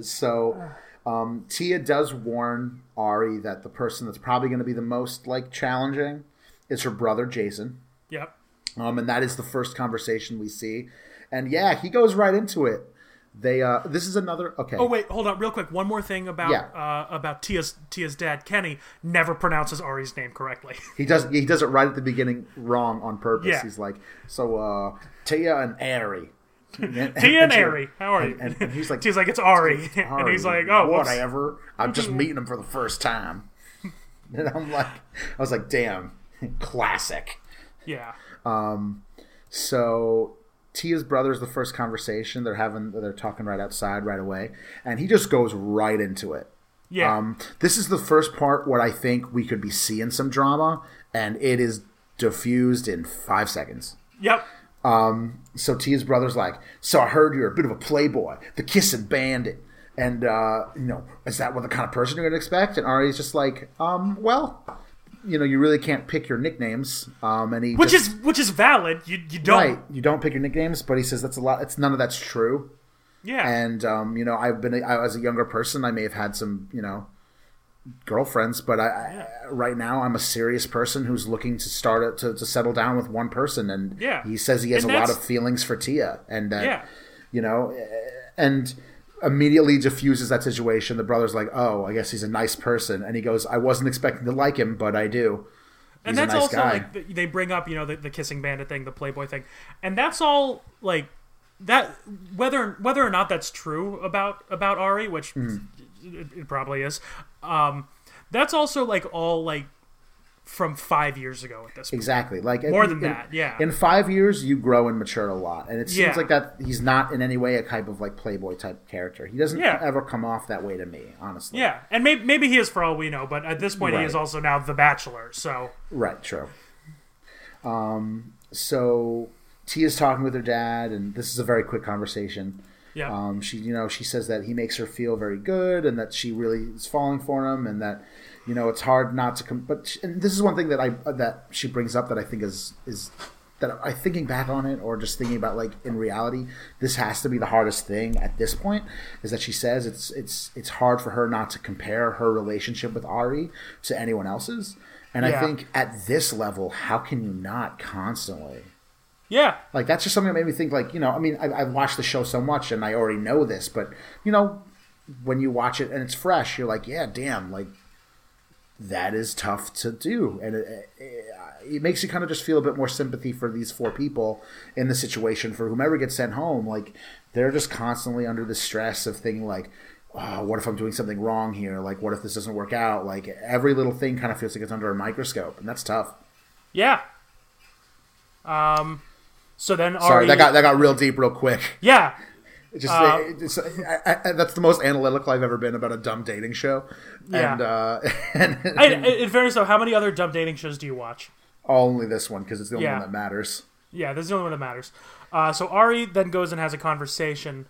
C: So um, Tia does warn Ari that the person that's probably going to be the most like challenging is her brother Jason,
B: Yep.
C: um, and that is the first conversation we see. And yeah, he goes right into it. They uh, this is another okay.
B: Oh wait, hold on, real quick. One more thing about
C: Yeah.
B: uh, about Tia's Tia's dad, Kenny, never pronounces Ari's name correctly.
C: He does he does it right at the beginning wrong on purpose.
B: Yeah.
C: He's like, so uh, Tia and Ari.
B: Tia and
C: she-
B: Ari, how are you?
C: and- and he's like-
B: Tia's like, it's Ari, and he's
C: Ari,
B: like, oh, whoops.
C: whatever. I'm just meeting him for the first time. And I'm like, I was like, damn, classic.
B: yeah,
C: So Tia's brother is the first conversation they're having. They're talking right outside right away, and he just goes right into it.
B: yeah.
C: Um, this is the first part where I think we could be seeing some drama, and it is diffused in five seconds.
B: yep.
C: So Tia's brother's like, "So I heard you're a bit of a playboy, the kissing bandit, and uh, you know, is that what the kind of person you're gonna expect?" And Ari's just like, "Um, well, you know, you really can't pick your nicknames." Um, and he
B: Which
C: just-
B: is which is valid. You you don't.
C: right, you don't pick your nicknames, but he says that's a lot. It's none of that's true.
B: Yeah.
C: And um, you know, I've been I, as a younger person, I may have had some, you know, girlfriends, but I, I right now I'm a serious person who's looking to start a, to to settle down with one person, and
B: Yeah.
C: he says he has
B: And
C: a lot
B: that's-
C: of feelings for Tia, and uh,
B: Yeah.
C: you know, and immediately diffuses that situation. The brother's like, "Oh, I guess he's a nice person," and he goes, "I wasn't expecting to like him, but I do."
B: and
C: He's a
B: that's
C: nice
B: also
C: guy.
B: like th- they bring up you know the, the kissing bandit thing the playboy thing and that's all like that whether whether or not that's true about about ari which
C: Hmm.
B: it, it probably is um that's also like all like from five years ago at this point
C: Exactly. Like
B: More
C: in-
B: than
C: in-
B: that, yeah.
C: In five years, you grow and mature a lot, and it seems
B: Yeah.
C: like that he's not in any way a type of like playboy type character. He doesn't
B: Yeah.
C: ever come off that way to me, honestly.
B: yeah and maybe, maybe he is for all we know but at this point he
C: Right.
B: is also now the bachelor so
C: Right. True. Um. So Tia's talking with her dad, and this is a very quick conversation.
B: yeah
C: Um, she, you know, she says that he makes her feel very good, and that she really is falling for him, and that, you know, it's hard not to. Com- but she, and this is one thing that I uh, that she brings up that I think is is that I thinking back on it, or just thinking about like in reality, this has to be the hardest thing at this point. Is that she says it's it's it's hard for her not to compare her relationship with Ari to anyone else's, and
B: Yeah.
C: I think at this level, how can you not constantly?
B: yeah
C: Like that's just something that made me think. Like you know, I mean, I, I've watched the show so much, and I already know this, but you know, when you watch it and it's fresh, you're like, yeah, damn, like that is tough to do, and it, it, it makes you kind of just feel a bit more sympathy for these four people in the situation for whomever gets sent home. Like they're just constantly under the stress of thinking like. Oh, what if I'm doing something wrong here? Like, what if this doesn't work out? Like, every little thing kind of feels like it's under a microscope, and that's tough.
B: yeah um so then
C: Sorry,
B: ari
C: that got that got real deep, real quick.
B: yeah
C: Just
B: Um,
C: it- it's- I, I, I- that's the most analytical I've ever been about a dumb dating show,
B: Yeah.
C: and, uh, and
B: I, in fairness though how many other dumb dating shows do you watch
C: only this one because it's the only
B: Yeah.
C: one that matters.
B: Yeah, this is the only one that matters. Uh, so Ari then goes and has a conversation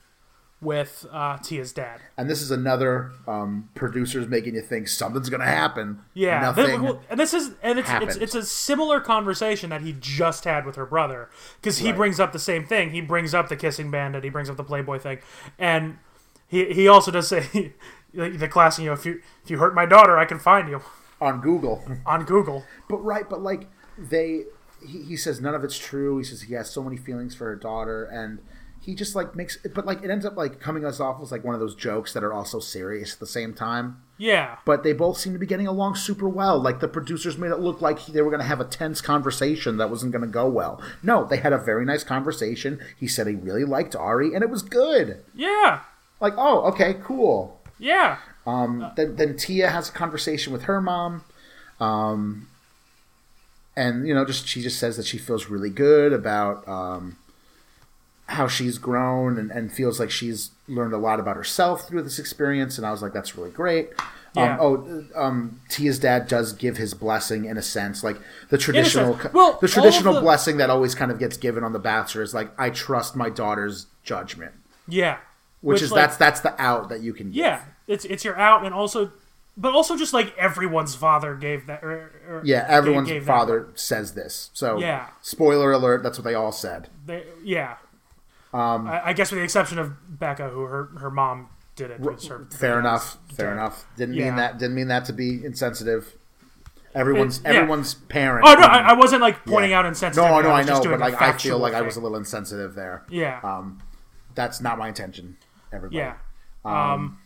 B: with uh, Tia's dad.
C: And this is another um, producers making you think something's gonna happen.
B: Yeah, thi-
C: nothing.
B: well, and this is and it's, it's
C: happened.
B: it's a similar conversation that he just had with her brother because he
C: Right.
B: brings up the same thing. He brings up the kissing bandit. He brings up the Playboy thing, and he he also does say like the classic, you know, if you if you hurt my daughter, I can find you
C: on Google.
B: on Google.
C: But right, but like they, he, he says none of it's true. He says he has so many feelings for her daughter, and he just like makes. But like it ends up like coming us off as like one of those jokes that are also serious at the same time.
B: Yeah,
C: But they both seem to be getting along super well. Like the producers made it look like he- they were going to have a tense conversation that wasn't going to go well. No, they had a very nice conversation. He said he really liked Ari, and it was good.
B: yeah,
C: Like, oh, okay, cool.
B: yeah.
C: Um,
B: Uh,
C: then, then Tia has a conversation with her mom, um, and you know, just she just says that she feels really good about um, how she's grown and, and feels like she's learned a lot about herself through this experience. And I was like, that's really great.
B: Yeah.
C: Um, oh, uh, um, Tia's dad does give his blessing in a sense, like the
B: a sense.
C: traditional,
B: Well, all
C: the
B: of
C: traditional
B: the-
C: blessing that always kind of gets given on The Bachelor is like, I trust my daughter's judgment,
B: Yeah.
C: which, is
B: like,
C: that's that's the out that you can give.
B: yeah. It's it's your out and also, but also just like everyone's father gave that. Or, or
C: Yeah, everyone's
B: gave that.
C: father says this. So,
B: Yeah.
C: spoiler alert, that's what they all said.
B: They, yeah. Um, I, I guess with the exception of Becca, who her her mom did it. was her-
C: Fair
B: her
C: enough.
B: dad's
C: Fair
B: dad.
C: enough. Didn't
B: Yeah.
C: mean that didn't mean that to be insensitive. Everyone's
B: It's- yeah.
C: everyone's parent.
B: Oh no, I, I wasn't like pointing out insensitive.
C: No, no, I
B: was
C: know,
B: just doing
C: but
B: a
C: like I
B: factual
C: feel like I
B: thing.
C: was a little insensitive there.
B: Yeah.
C: Um that's not my intention, everybody.
B: yeah. Um,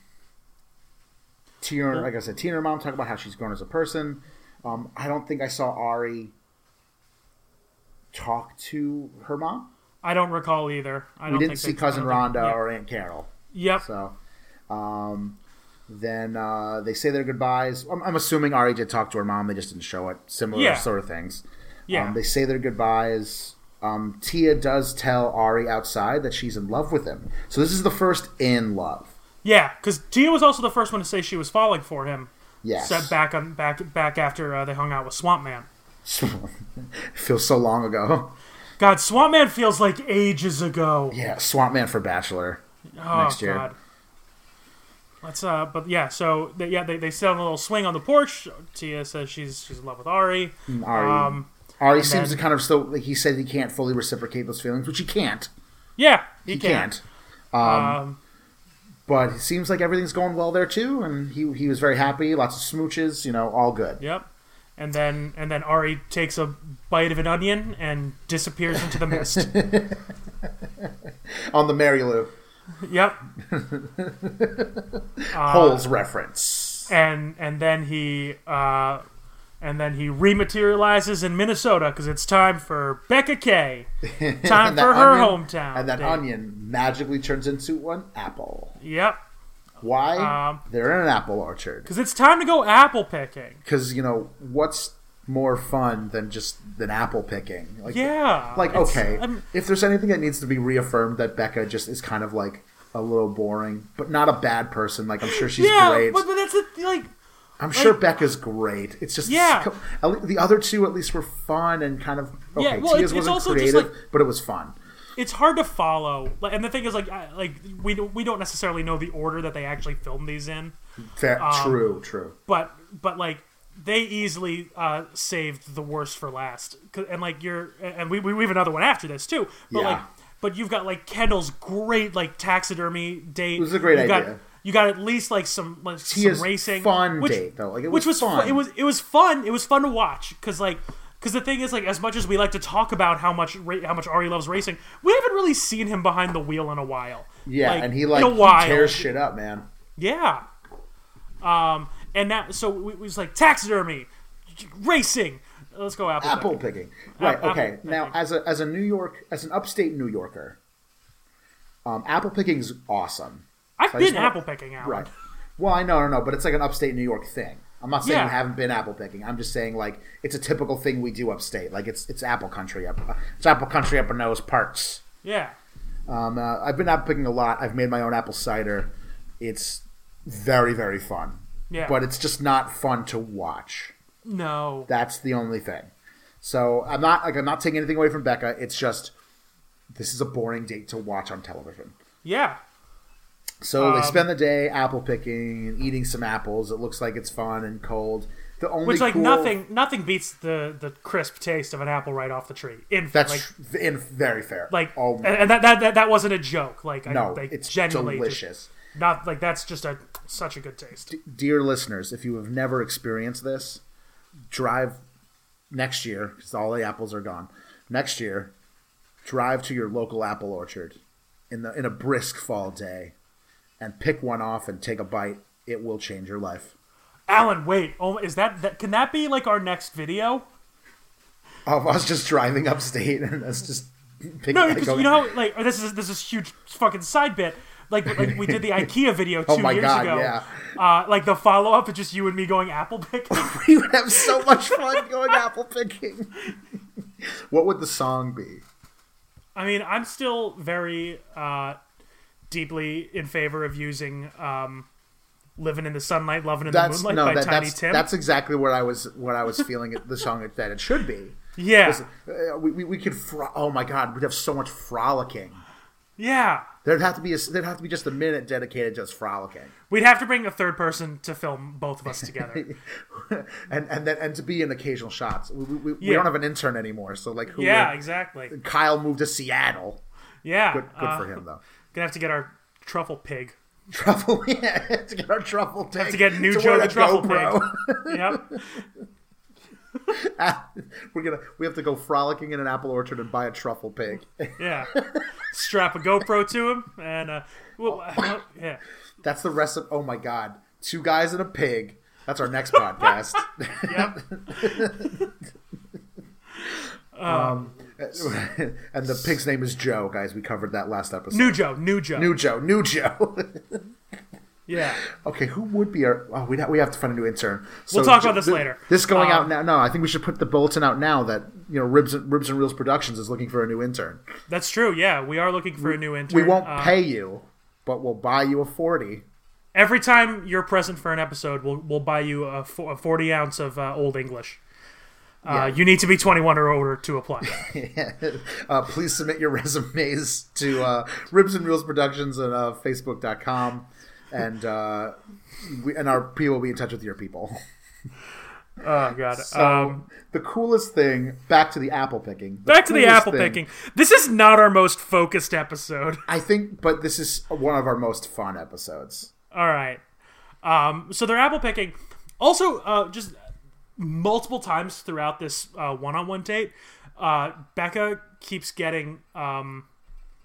C: Tia, and- like I said, Tia and her mom talk about how she's grown as a person. Um, I don't think I saw Ari talk to her mom.
B: I don't recall either. I
C: We
B: don't
C: didn't
B: think
C: see
B: they-
C: cousin
B: I don't
C: Rhonda
B: think-
C: or Aunt Carol.
B: Yep.
C: So, um, then uh, they say their goodbyes. I'm, I'm assuming Ari did talk to her mom. They just didn't show it. Similar
B: Yeah.
C: sort of things.
B: Yeah.
C: Um, they say their goodbyes. Um, Tia does tell Ari outside that she's in love with him. So this is the first in love.
B: Yeah, because Tia was also the first one to say she was falling for him.
C: Yes.
B: Set back on back back after uh, they hung out with Swamp Man.
C: Feels so long ago.
B: God, Swamp Man feels like ages ago.
C: Yeah, Swamp Man for Bachelor.
B: oh,
C: next year.
B: God. Let's uh, but yeah, so they, yeah, they they sit on a little swing on the porch. Tia says she's she's in love with Ari.
C: Ari.
B: Um,
C: Ari seems
B: then-
C: to kind of still like he said he can't fully reciprocate those feelings, which he can't.
B: yeah, he,
C: He
B: can't. Um,
C: can't. Um, but it seems like everything's going well there too and he he was very happy lots of smooches you know all good
B: Yep. And then and then Ari takes a bite of an onion and disappears into the mist.
C: on the mary lou
B: yep. Uh,
C: holes reference
B: and and then he uh, and then he rematerializes in Minnesota because it's time for Becca K. Time
C: that
B: for her
C: onion-
B: hometown.
C: and that
B: date.
C: onion magically turns into an apple
B: Yep,
C: why
B: Um,
C: they're in an apple orchard
B: because it's time to go apple picking.
C: because you know what's more fun than just than apple picking like
B: Yeah,
C: like
B: it's-
C: okay
B: I'm-
C: if there's anything that needs to be reaffirmed that becca just is kind of like a little boring but not a bad person like i'm sure she's
B: yeah,
C: great
B: but, but that's the like.
C: I'm sure Becca's great. It's just
B: Yeah.
C: at le- the other two at least were fun and kind of okay.
B: Yeah, well,
C: Tia's
B: it's- it's
C: wasn't
B: also just
C: creative,
B: like-
C: but it was fun.
B: It's hard to follow, Like, and the thing is, like, I, like we don't- we don't necessarily know the order that they actually filmed these in,
C: Fair,
B: um,
C: true, true.
B: but but like they easily uh, saved the worst for last, 'Cause- and like you're, and we, we we have another one after this too, but
C: Yeah.
B: like but you've got like Kendall's great like taxidermy date. It
C: was a great
B: you Got,
C: idea.
B: you got at least like some like
C: Tia's
B: some racing
C: fun date, though. Like, it
B: which
C: was
B: fu-
C: fun.
B: It was it was fun. It was fun to watch because like because the thing is like as much as we like to talk about how much ra- how much Ari loves racing, we haven't really seen him behind the wheel in a while.
C: Yeah, and he like
B: in a
C: he
B: while.
C: tears shit up, man.
B: Yeah. Um, and now, so we- it was like taxidermy, racing. Let's go apple.
C: Apple
B: picking.
C: picking, right?
B: apple
C: okay, now
B: picking.
C: as a as a New York as an upstate New Yorker, um, apple picking's awesome,
B: I've
C: I just
B: been
C: wanna-
B: apple picking out.
C: right? Well, I know, no, no, but it's like an upstate New York thing. I'm not saying
B: Yeah.
C: you haven't been apple picking. I'm just saying like it's a typical thing we do upstate. Like it's it's apple country up, it's apple country up in those parts.
B: Yeah.
C: Um, uh, I've been apple picking a lot. I've made my own apple cider. It's very very fun.
B: Yeah.
C: But it's just not fun to watch.
B: No.
C: That's the only thing. So I'm not like I'm not taking anything away from Becca. It's just this is a boring date to watch on television.
B: yeah.
C: So
B: Um,
C: they spend the day apple picking and eating some apples. It looks like it's fun and cold. The only
B: Which like
C: cool-
B: nothing nothing beats the the crisp taste of an apple right off the tree. In
C: That's
B: like
C: tr- in very fair.
B: like
C: oh
B: and and that, that that that wasn't a joke. Like I,
C: no,
B: like,
C: it's
B: genuinely just
C: delicious.
B: Not like that's just a such a good taste.
C: dear listeners, if you have never experienced this, drive next year because all the apples are gone. Next year, drive to your local apple orchard in the in a brisk fall day, and pick one off and take a bite. It will change your life.
B: Alan, wait, oh, is that, that can that be like our next video?
C: Of us just driving upstate and us just picking.
B: No,
C: like,
B: because
C: going-
B: you know, how, like or this is this is huge fucking side bit. Like, like we did the IKEA video two
C: Oh my
B: years
C: God,
B: ago.
C: yeah.
B: Uh, like the follow up is just you and me going apple picking.
C: we would have so much fun going apple picking. what would the song be?
B: I mean, I'm still very uh, deeply in favor of using um, "Living in the Sunlight, Loving in
C: That's
B: the Moonlight" by
C: no, that,
B: Tiny
C: that's
B: Tim.
C: that's exactly what I was what I was feeling it- the song that it should be.
B: yeah,
C: Uh, we, we, we could fro- oh my god we'd have so much frolicking
B: yeah.
C: there'd have to be a, there'd have to be just a minute dedicated just frolicking
B: We'd have to bring a third person to film both of us together.
C: and and then and to be in occasional shots we, we, we
B: Yeah.
C: don't have an intern anymore so like who
B: yeah,
C: would-
B: exactly.
C: kyle moved to seattle
B: Yeah,
C: good, good
B: uh,
C: for him though
B: Gonna have to get our truffle pig.
C: truffle yeah to get our truffle take,
B: To get new
C: to
B: Joe
C: wear
B: the
C: a
B: truffle
C: GoPro.
B: pig. Yep.
C: we're gonna we have to go frolicking in an apple orchard and buy a truffle pig
B: Yeah. Strap a GoPro to him and uh, well,
C: Oh.
B: uh, yeah.
C: that's the rest of oh my god two guys and a pig that's our next podcast
B: Yep. Um,
C: Um, and the pig's name is Joe, guys. We covered that last episode.
B: New Joe, new Joe.
C: New Joe, new Joe.
B: yeah.
C: okay, who would be our? Oh, we we have to find a new intern. So
B: We'll talk
C: ju-
B: about this
C: thi-
B: later.
C: This going
B: Um,
C: out now. No, I think we should put the bulletin out now that you know Ribs and, Ribs and Reels Productions is looking for a new intern.
B: That's true. Yeah, we are looking for a new intern.
C: We won't
B: Uh,
C: pay you, but we'll buy you a forty.
B: every time you're present for an episode, we'll we'll buy you a, fo- a 40 ounce of uh, Old English. Uh, You need to be 21 or older to apply.
C: uh, please submit your resumes to uh, Ribs and Reels Productions at uh, Facebook.com, and uh, we, and our people will be in touch with your people.
B: oh God. um,
C: Um, the coolest thing. Back to the apple picking.
B: back to the
C: coolest
B: apple
C: thing-
B: picking. This is not our most focused episode.
C: I think, but this is one of our most fun episodes.
B: All right. Um, so they're apple picking. Also, uh, just multiple times throughout this uh, one-on-one date, uh, Becca keeps getting um,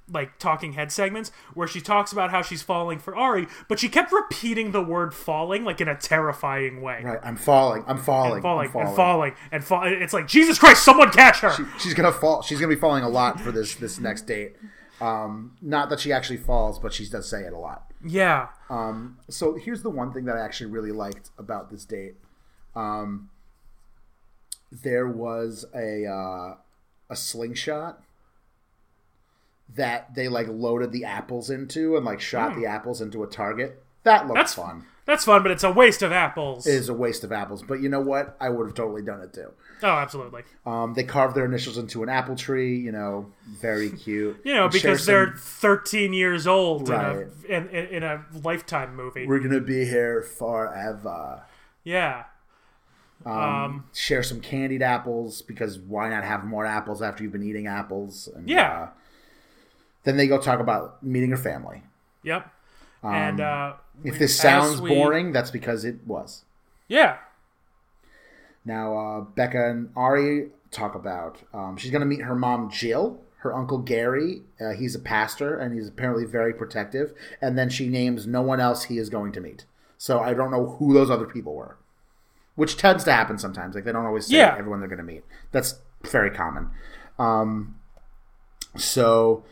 B: like talking head segments where she talks about how she's falling for Ari, but she kept repeating the word "falling" like in a terrifying way.
C: Right, I'm falling. I'm falling. I'm
B: Falling,
C: falling.
B: and falling and falling. It's like Jesus Christ! Someone catch her!
C: She's gonna fall. She's gonna be falling a lot for this this next date. Um, not that she actually falls, but she does say it a lot.
B: yeah,
C: so here's the one thing that I actually really liked about this date. Um, there was a uh, a slingshot that they like loaded the apples into and like shot the apples into a target. That looked
B: Hmm. That's-
C: fun.
B: that's fun, but it's a waste of apples.
C: It is a waste of apples, but you know what? I would have totally done it too.
B: oh, absolutely.
C: Um, they carved their initials into an apple tree. You know, very cute.
B: You know,
C: And share
B: because
C: some-
B: they're 13 years old
C: Right.
B: in, a, in, in, in a lifetime movie.
C: we're gonna be here forever.
B: Yeah. Um,
C: share some candied apples because why not have more apples after you've been eating apples? And,
B: Yeah.
C: uh, then they go talk about meeting your family.
B: yep. and uh,
C: Um, If
B: we-
C: this
B: as
C: sounds
B: we-
C: boring, that's because it was.
B: yeah,
C: Now, uh, Becca and Ari talk about um, she's going to meet her mom, Jill, her uncle, Gary. Uh, he's a pastor and he's apparently very protective. And then she names no one else he is going to meet. So I don't know who those other people were, which tends to happen sometimes. Like they don't always say
B: Yeah.
C: everyone they're going to meet. That's very common. Um, so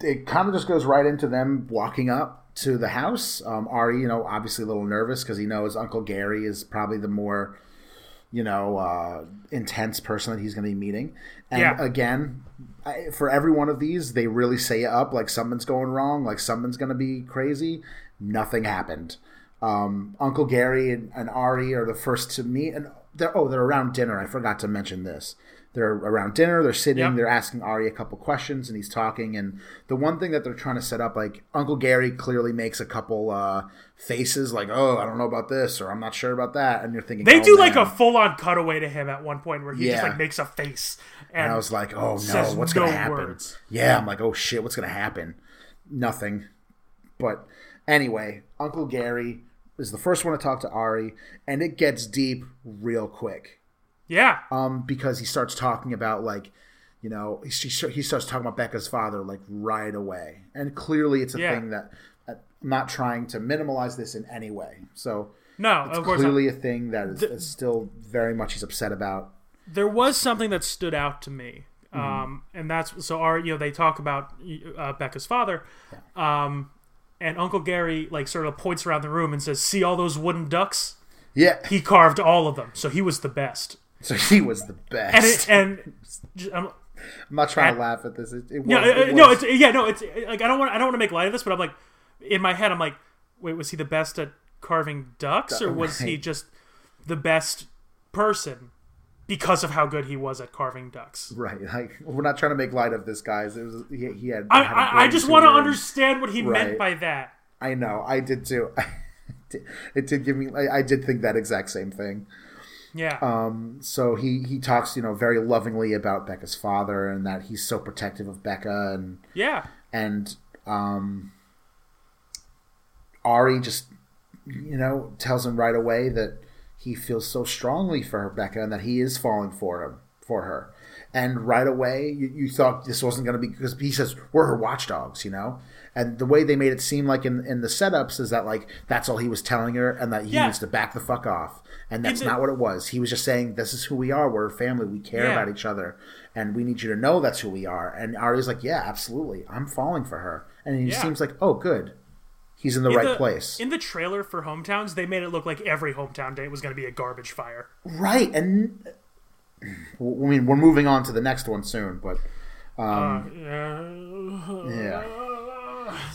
C: it kind of just goes right into them walking up to the house. Um, Ari, you know, obviously a little nervous because he knows Uncle Gary is probably the more, you know, uh, intense person that he's going to be meeting. And
B: Yeah.
C: again, I, for every one of these, they really say it up like something's going wrong, like something's going to be crazy. Nothing happened. Um, Uncle Gary and, and Ari are the first to meet, and they're oh, they're around dinner. I forgot to mention this. They're around dinner. They're sitting.
B: Yep.
C: They're asking Ari a couple questions, and he's talking. And the one thing that they're trying to set up, like Uncle Gary clearly makes a couple uh, faces, like "Oh, I don't know about this," or "I'm not sure about that," and you're thinking
B: they
C: oh,
B: do like
C: man.
B: a full-on cutaway to him at one point where he just
C: Yeah.
B: like makes a face, and,
C: And I was like, "Oh no,
B: says
C: what's
B: no
C: gonna happen?"
B: words.
C: Yeah, I'm like, "Oh shit, what's gonna happen?" Nothing. But anyway, Uncle Gary is the first one to talk to Ari, and it gets deep real quick
B: Yeah.
C: um, because he starts talking about like, you know, he, she- he starts talking about Becca's father like right away, and clearly it's a
B: Yeah.
C: thing that uh, not trying to minimalize this in any way. So
B: no,
C: it's
B: of course. uh, not.
C: clearly a thing that is, is still very much he's upset about.
B: there was something that stood out to me,
C: Mm-hmm.
B: um, and that's so. Our you know they talk about uh, Becca's father, um, and Uncle Gary like sort of points around the room and says, "See all those wooden ducks?
C: Yeah,
B: He carved all of them, so he was the best."
C: so he was the best.
B: And it, and j- I'm,
C: I'm not trying to laugh at this. It, it was,
B: yeah, uh,
C: it
B: no,
C: was-
B: it's yeah, no, it's uh, like I don't want I don't want to make light of this, but I'm like in my head I'm like, wait, was he the best at carving ducks, or was he
C: Right.
B: just the best person because of how good he was at carving ducks?
C: right. Like we're not trying to make light of this, guys. It was he, he had.
B: I,
C: had a
B: I, I
C: brain
B: just want to
C: tumor.
B: understand what he meant
C: Right.
B: by that.
C: I know. I did too. it did give me. I, I did think that exact same thing.
B: Yeah.
C: Um, so he he talks you know very lovingly about Becca's father and that he's so protective of Becca and
B: yeah.
C: and um Ari just you know tells him right away that he feels so strongly for Becca and that he is falling for him for her and right away you, you thought this wasn't going to be because he says we're her watchdogs you know and the way they made it seem like in, in the setups is that like that's all he was telling her and that he
B: Yeah.
C: needs to back the fuck off and that's
B: the-
C: not what it was he was just saying this is who we are we're a family we care
B: Yeah.
C: about each other and we need you to know that's who we are and Ari's like yeah absolutely I'm falling for her and he
B: Yeah.
C: seems like oh good he's in the right
B: The-
C: place
B: In the trailer for Hometowns, they made it look like every hometown date was going to be a garbage fire.
C: right and I mean we're moving on to the next one soon but
B: Uh,
C: yeah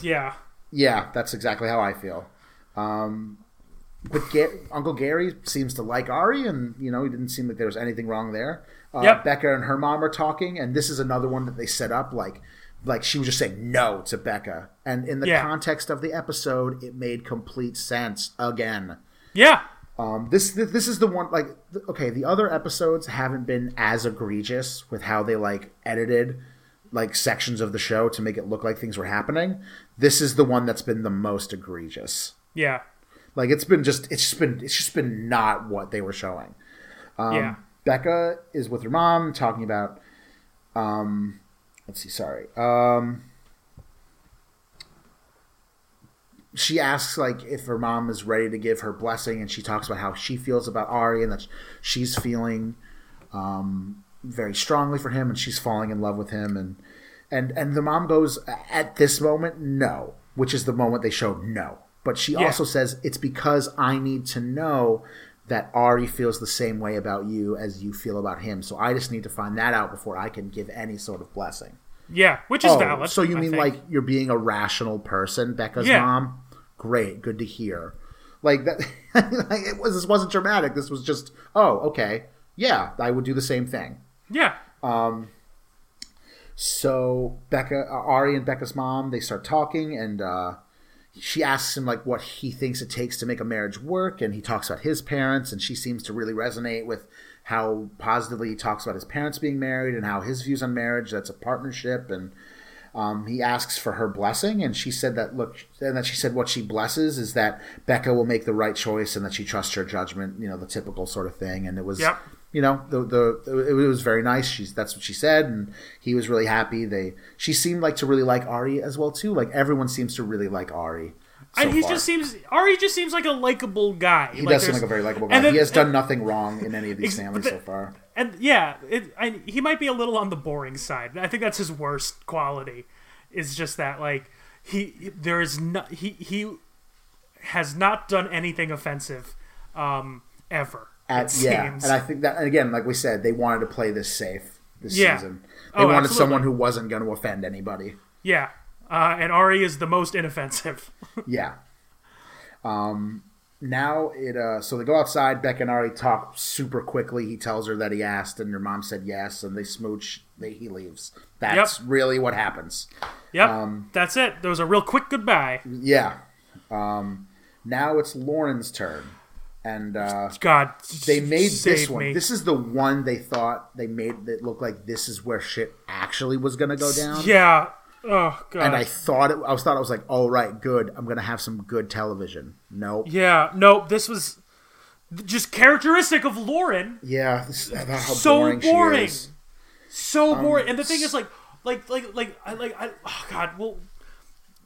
B: yeah.
C: yeah that's exactly how I feel um but Ga- Uncle Gary seems to like Ari, and you know he didn't seem like there was anything wrong there. Uh,
B: Yep.
C: Becca and her mom are talking, and this is another one that they set up like, like she was just saying no to Becca, and in the
B: Yeah.
C: context of the episode, it made complete sense again.
B: Yeah.
C: Um, this th- this is the one like th- okay the other episodes haven't been as egregious with how they like edited like sections of the show to make it look like things were happening. This is the one that's been the most egregious.
B: Yeah.
C: Like it's been just it's just been it's just been not what they were showing.
B: yeah.
C: Um, Becca is with her mom talking about um let's see sorry. Um she asks like if her mom is ready to give her blessing and she talks about how she feels about Ari and that she's feeling um very strongly for him and she's falling in love with him and and and the mom goes at this moment no which is the moment they showed no but she also says it's because i need to know that ari feels the same way about you as you feel about him so i just need to find that out before i can give any sort of blessing
B: Yeah. Which is valid.
C: Oh, so you
B: I
C: mean
B: think.
C: like you're being a rational person becca's
B: Yeah.
C: mom great good to hear like that like it was this wasn't dramatic this was just oh okay yeah i would do the same thing
B: Yeah.
C: so Becca, uh, Ari, and Becca's mom, they start talking, and uh, she asks him like what he thinks it takes to make a marriage work, and he talks about his parents, and she seems to really resonate with how positively he talks about his parents being married and how his views on marriage that's a partnership and um, he asks for her blessing and she said that look and that she said what she blesses is that becca will make the right choice and that she trusts her judgment you know the typical sort of thing and it was
B: Yep.
C: you know the, the it was very nice she's that's what she said and he was really happy they she seemed like to really like ari as well too like everyone seems to really like ari so
B: and he
C: far.
B: just seems Ari just seems like a likable guy.
C: he does seem like a very likable guy
B: And then,
C: he has done nothing wrong in any of these
B: Ex-
C: families
B: but
C: so far
B: And, and yeah, it, I, he might be a little on the boring side. I think that's his worst quality. Is just that like he there is no he he has not done anything offensive um ever.
C: At-
B: it
C: yeah
B: seems.
C: and i think that and again like we said they wanted to play this safe this
B: Yeah.
C: season they
B: Oh,
C: wanted
B: absolutely.
C: someone who wasn't going to offend anybody
B: yeah. Uh, and Ari is the most inoffensive.
C: Yeah. Um, now it uh, so they go outside. Beck and Ari talk super quickly. He tells her that he asked, and her mom said yes, and they smooch. They, he leaves. That's really what happens.
B: Yep,
C: Um,
B: that's it. There was a real quick goodbye.
C: Yeah. Um, now it's Lauren's turn, and uh,
B: God,
C: they made this
B: save
C: one.
B: me.
C: This is the one they thought they made that looked like this is where shit actually was gonna go down.
B: yeah, Oh god.
C: and I thought it, I was thought I was like, all right, good. I'm gonna have some good television. No, yeah,
B: yeah. No, this was just characteristic of Lauren.
C: this, about how
B: So
C: boring,
B: boring.
C: she is. Um,
B: so boring. And the thing is, like, like, like, like, I, like, I, oh God, well,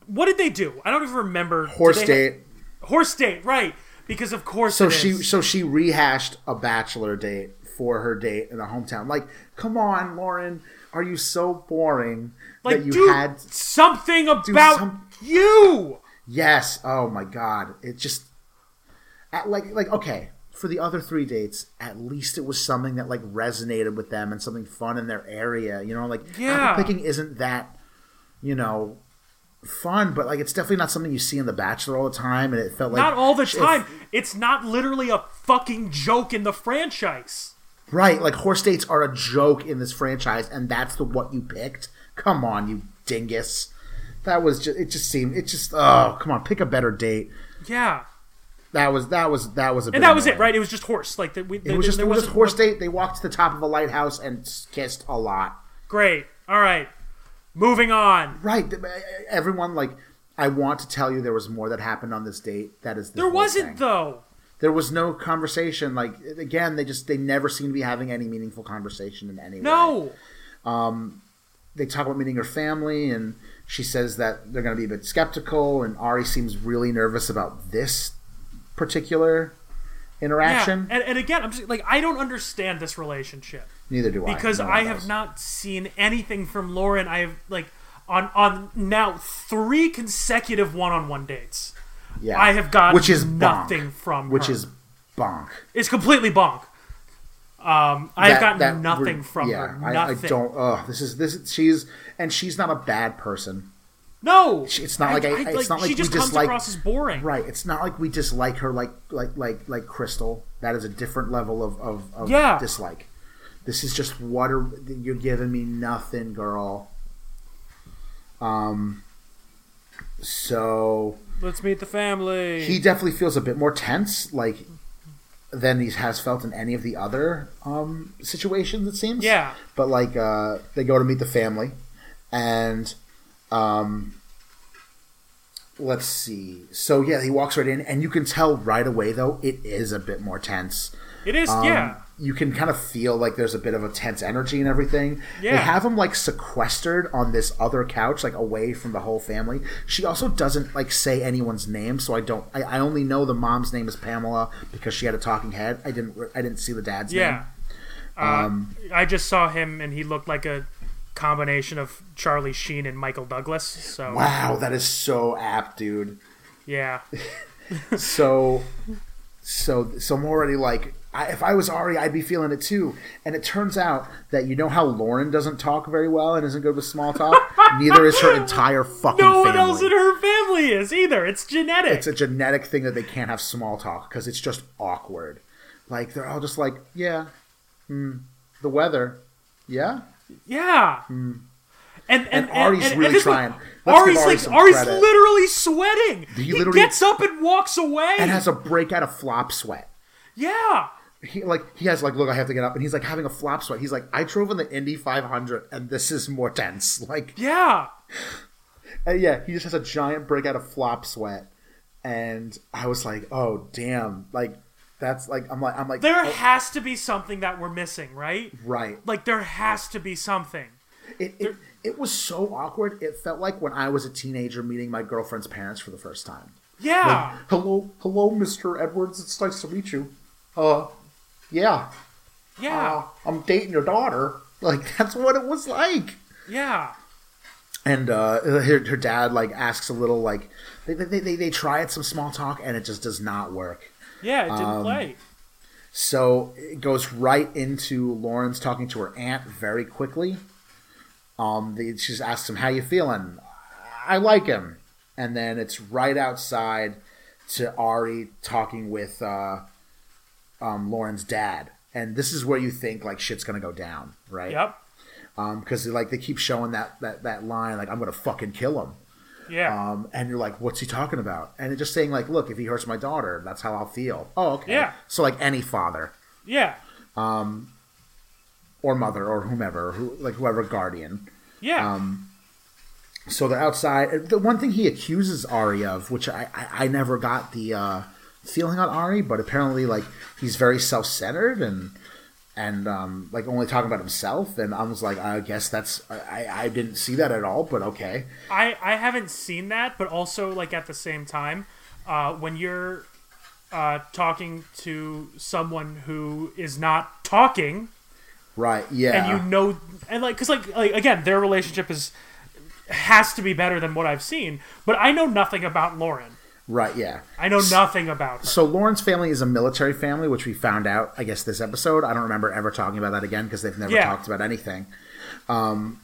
B: what did they do? I don't even remember. Did
C: Horse
B: they
C: date.
B: ha- horse date, right? Because of course.
C: So
B: it
C: she
B: is.
C: so she rehashed a bachelor date for her date in a hometown. Like, come on, Lauren, are you so boring
B: like,
C: that you
B: do
C: had?
B: something about
C: some-
B: you.
C: Yes. Oh my God, it just at, like like okay. For the other three dates, at least it was something that like resonated with them and something fun in their area. You know, like apple
B: Yeah.
C: picking isn't that you know fun, but like it's definitely not something you see in The Bachelor all the time. And it felt like
B: Not all the
C: if-
B: time. It's not literally a fucking joke in the franchise.
C: Right, like horse dates are a joke in this franchise, and that's the what you picked. Come on, you dingus. That was just it. Just seemed it just oh come on, pick a better date.
B: Yeah,
C: That was that was that was a bit
B: and that was it,
C: annoying.
B: right? It was just horse. Like the, we,
C: It was just
B: there
C: it was
B: was
C: just horse date. They walked to the top of a lighthouse and kissed a lot.
B: Great. All right, moving on.
C: Right, th- e, everyone like I want to tell you there was more that happened on this date. That is the
B: There
C: whole
B: wasn't
C: thing.
B: though.
C: there was no conversation. Like again, they just they never seem to be having any meaningful conversation in any way.
B: No.
C: they talk about meeting her family and she says that they're going to be a bit skeptical and ari seems really nervous about this particular interaction
B: Yeah. And, and again, I'm just like I don't understand this relationship
C: neither do i
B: because
C: No one
B: I have
C: does.
B: not seen anything from Lauren. I have like on on now three consecutive one-on-one dates.
C: yeah.
B: I have gotten
C: which is
B: nothing
C: bonk.
B: from
C: which
B: her.
C: is bonk
B: It's completely bonk. Um, I have
C: That-
B: gotten
C: that
B: nothing
C: re-
B: from
C: yeah,
B: her.
C: I-
B: Nothing.
C: I, don't oh this is this is, she's and she's not a bad person
B: No,
C: She- it's not like I- I- it's not like
B: she
C: we
B: just comes
C: dislike-
B: across as boring.
C: right it's not like we dislike her like like like like crystal that is a different level of of, of
B: Yeah.
C: dislike this is just what are you're giving me nothing girl um so
B: Let's meet the family.
C: he definitely feels a bit more tense like than he has felt in any of the other um situations it seems
B: Yeah.
C: but like uh they go to meet the family and um let's see so yeah he walks right in and you can tell right away though it is a bit more tense
B: it is,
C: um,
B: yeah.
C: You can kind of feel like there's a bit of a tense energy and everything. They
B: Yeah.
C: have him like sequestered on this other couch, like away from the whole family. She also doesn't like say anyone's name, so I don't. I, I only know the mom's name is Pamela because she had a talking head. I didn't. re- I didn't see the dad's
B: Yeah.
C: Um,
B: Uh, I just saw him, and he looked like a combination of Charlie Sheen and Michael Douglas. So
C: name. Wow, that is so apt, dude.
B: yeah,
C: So, so, so I'm already like, I, if I was Ari, I'd be feeling it too. And it turns out that you know how Lauren doesn't talk very well and isn't good with small talk. Neither is her entire fucking.
B: no one
C: family.
B: else in her family is either. It's genetic.
C: It's a genetic thing that they can't have small talk because it's just awkward. Like they're all just like, yeah, hmm, the weather, yeah.
B: yeah. And, and,
C: Hmm. And Ari's
B: and- and
C: really
B: this was-
C: trying. Let's
B: Ari's
C: give Ari
B: like
C: some
B: Ari's
C: credit.
B: literally sweating. He,
C: literally-
B: gets up and walks away.
C: And has a breakout of flop sweat.
B: yeah.
C: He like he has like, look, I have to get up, and he's like having a flop sweat. He's like, I drove in the Indy 500, and this is more tense. Like
B: Yeah.
C: Uh, yeah, he just has a giant breakout of flop sweat, and I was like, oh damn, like that's like I'm like I'm like
B: There
C: oh,
B: has to be something that we're missing, right?
C: right.
B: Like there has to be something.
C: It, it it was so awkward. It felt like when I was a teenager meeting my girlfriend's parents for the first time.
B: Yeah.
C: Hello, hello, Mister Edwards. It's nice to meet you. Uh, yeah,
B: yeah.
C: uh, I'm dating your daughter. Like that's what it was like.
B: yeah.
C: and uh, her, her dad like asks a little like they they, they they try at some small talk and it just does not work
B: Yeah, it didn't
C: um,
B: play.
C: so it goes right into lauren's talking to her aunt very quickly um they, she just asks him how you feeling i like him and then it's right outside to ari talking with uh um lauren's dad and this is where you think like shit's gonna go down right
B: Yep.
C: because like they keep showing that that that line like i'm gonna fucking kill him
B: Yeah.
C: um, and you're like, what's he talking about? And it's just saying like, look, if he hurts my daughter, that's how I'll feel. Oh, okay.
B: Yeah.
C: So like any father
B: yeah.
C: or mother or whomever, who like whoever guardian,
B: Yeah.
C: So they're outside. The one thing he accuses Ari of, which I I, I never got the uh, feeling on Ari, but apparently like he's very self centered and and um, like only talking about himself. And I was like, I guess that's I I didn't see that at all, but okay.
B: I, I haven't seen that, but also like at the same time, uh, when you're uh, talking to someone who is not talking,
C: Right? Yeah.
B: and you know, and like, cause like, like again, their relationship is has to be better than what I've seen, but I know nothing about Lauren.
C: right? Yeah.
B: I know nothing about her.
C: So Lauren's family is a military family, which we found out, I guess, this episode. I don't remember ever talking about that again because they've never
B: Yeah.
C: talked about anything. Um,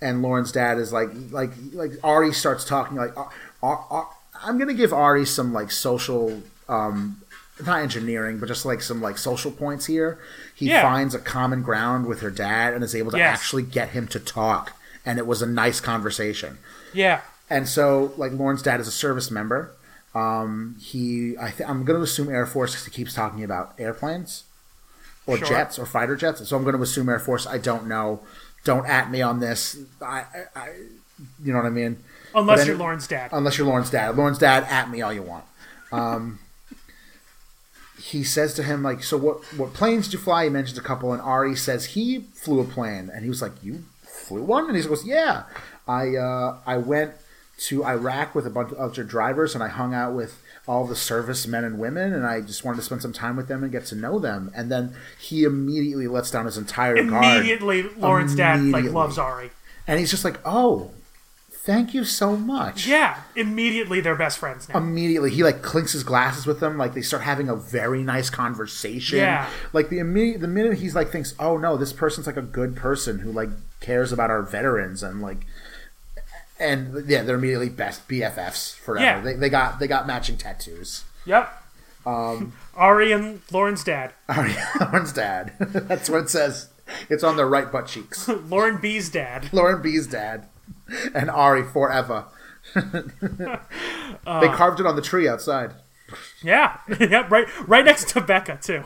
C: and Lauren's dad is like, like, like Ari starts talking like, Ar- Ar- Ar- I'm gonna give Ari some like social, um, not engineering, but just like some like social points here. He
B: Yeah.
C: finds a common ground with her dad and is able to
B: Yes.
C: actually get him to talk, and it was a nice conversation.
B: Yeah,
C: And so, like, Lauren's dad is a service member. Um, he, I th- I'm going to assume Air Force because he keeps talking about airplanes or
B: Sure.
C: jets or fighter jets. So I'm going to assume Air Force. I don't know. Don't at me on this. I, I, I you know what I mean?
B: unless
C: But oh
B: you're
C: any-
B: Lauren's dad.
C: Unless you're Lauren's dad. Lauren's dad, at me all you want. Um, he says to him, like, so what, what planes did you fly? He mentions a couple, and Ari says he flew a plane. And he was like, you flew one? And he goes, yeah. I, uh, I went to Iraq with a bunch of other drivers, and I hung out with all the service men and women, and I just wanted to spend some time with them and get to know them. And then he immediately lets down his entire guard.
B: Immediately, Lauren's dad like
C: Immediately.
B: loves Ari.
C: And he's just like, oh, thank you so much.
B: Yeah, immediately they're best friends now.
C: immediately he like clinks his glasses with them like they start having a very nice conversation
B: Yeah.
C: like the immediate the minute he's like thinks oh no this person's like a good person who like cares about our veterans and like and yeah they're immediately best bffs forever
B: Yeah.
C: they, they got they got matching tattoos
B: yep.
C: um,
B: Ari and Lauren's dad,
C: lauren's dad that's what it says it's on their right butt cheeks
B: Lauren B's dad.
C: lauren b's dad and ari forever they
B: Uh.
C: carved it on the tree outside
B: Yeah, yep. Right, right next to Becca too.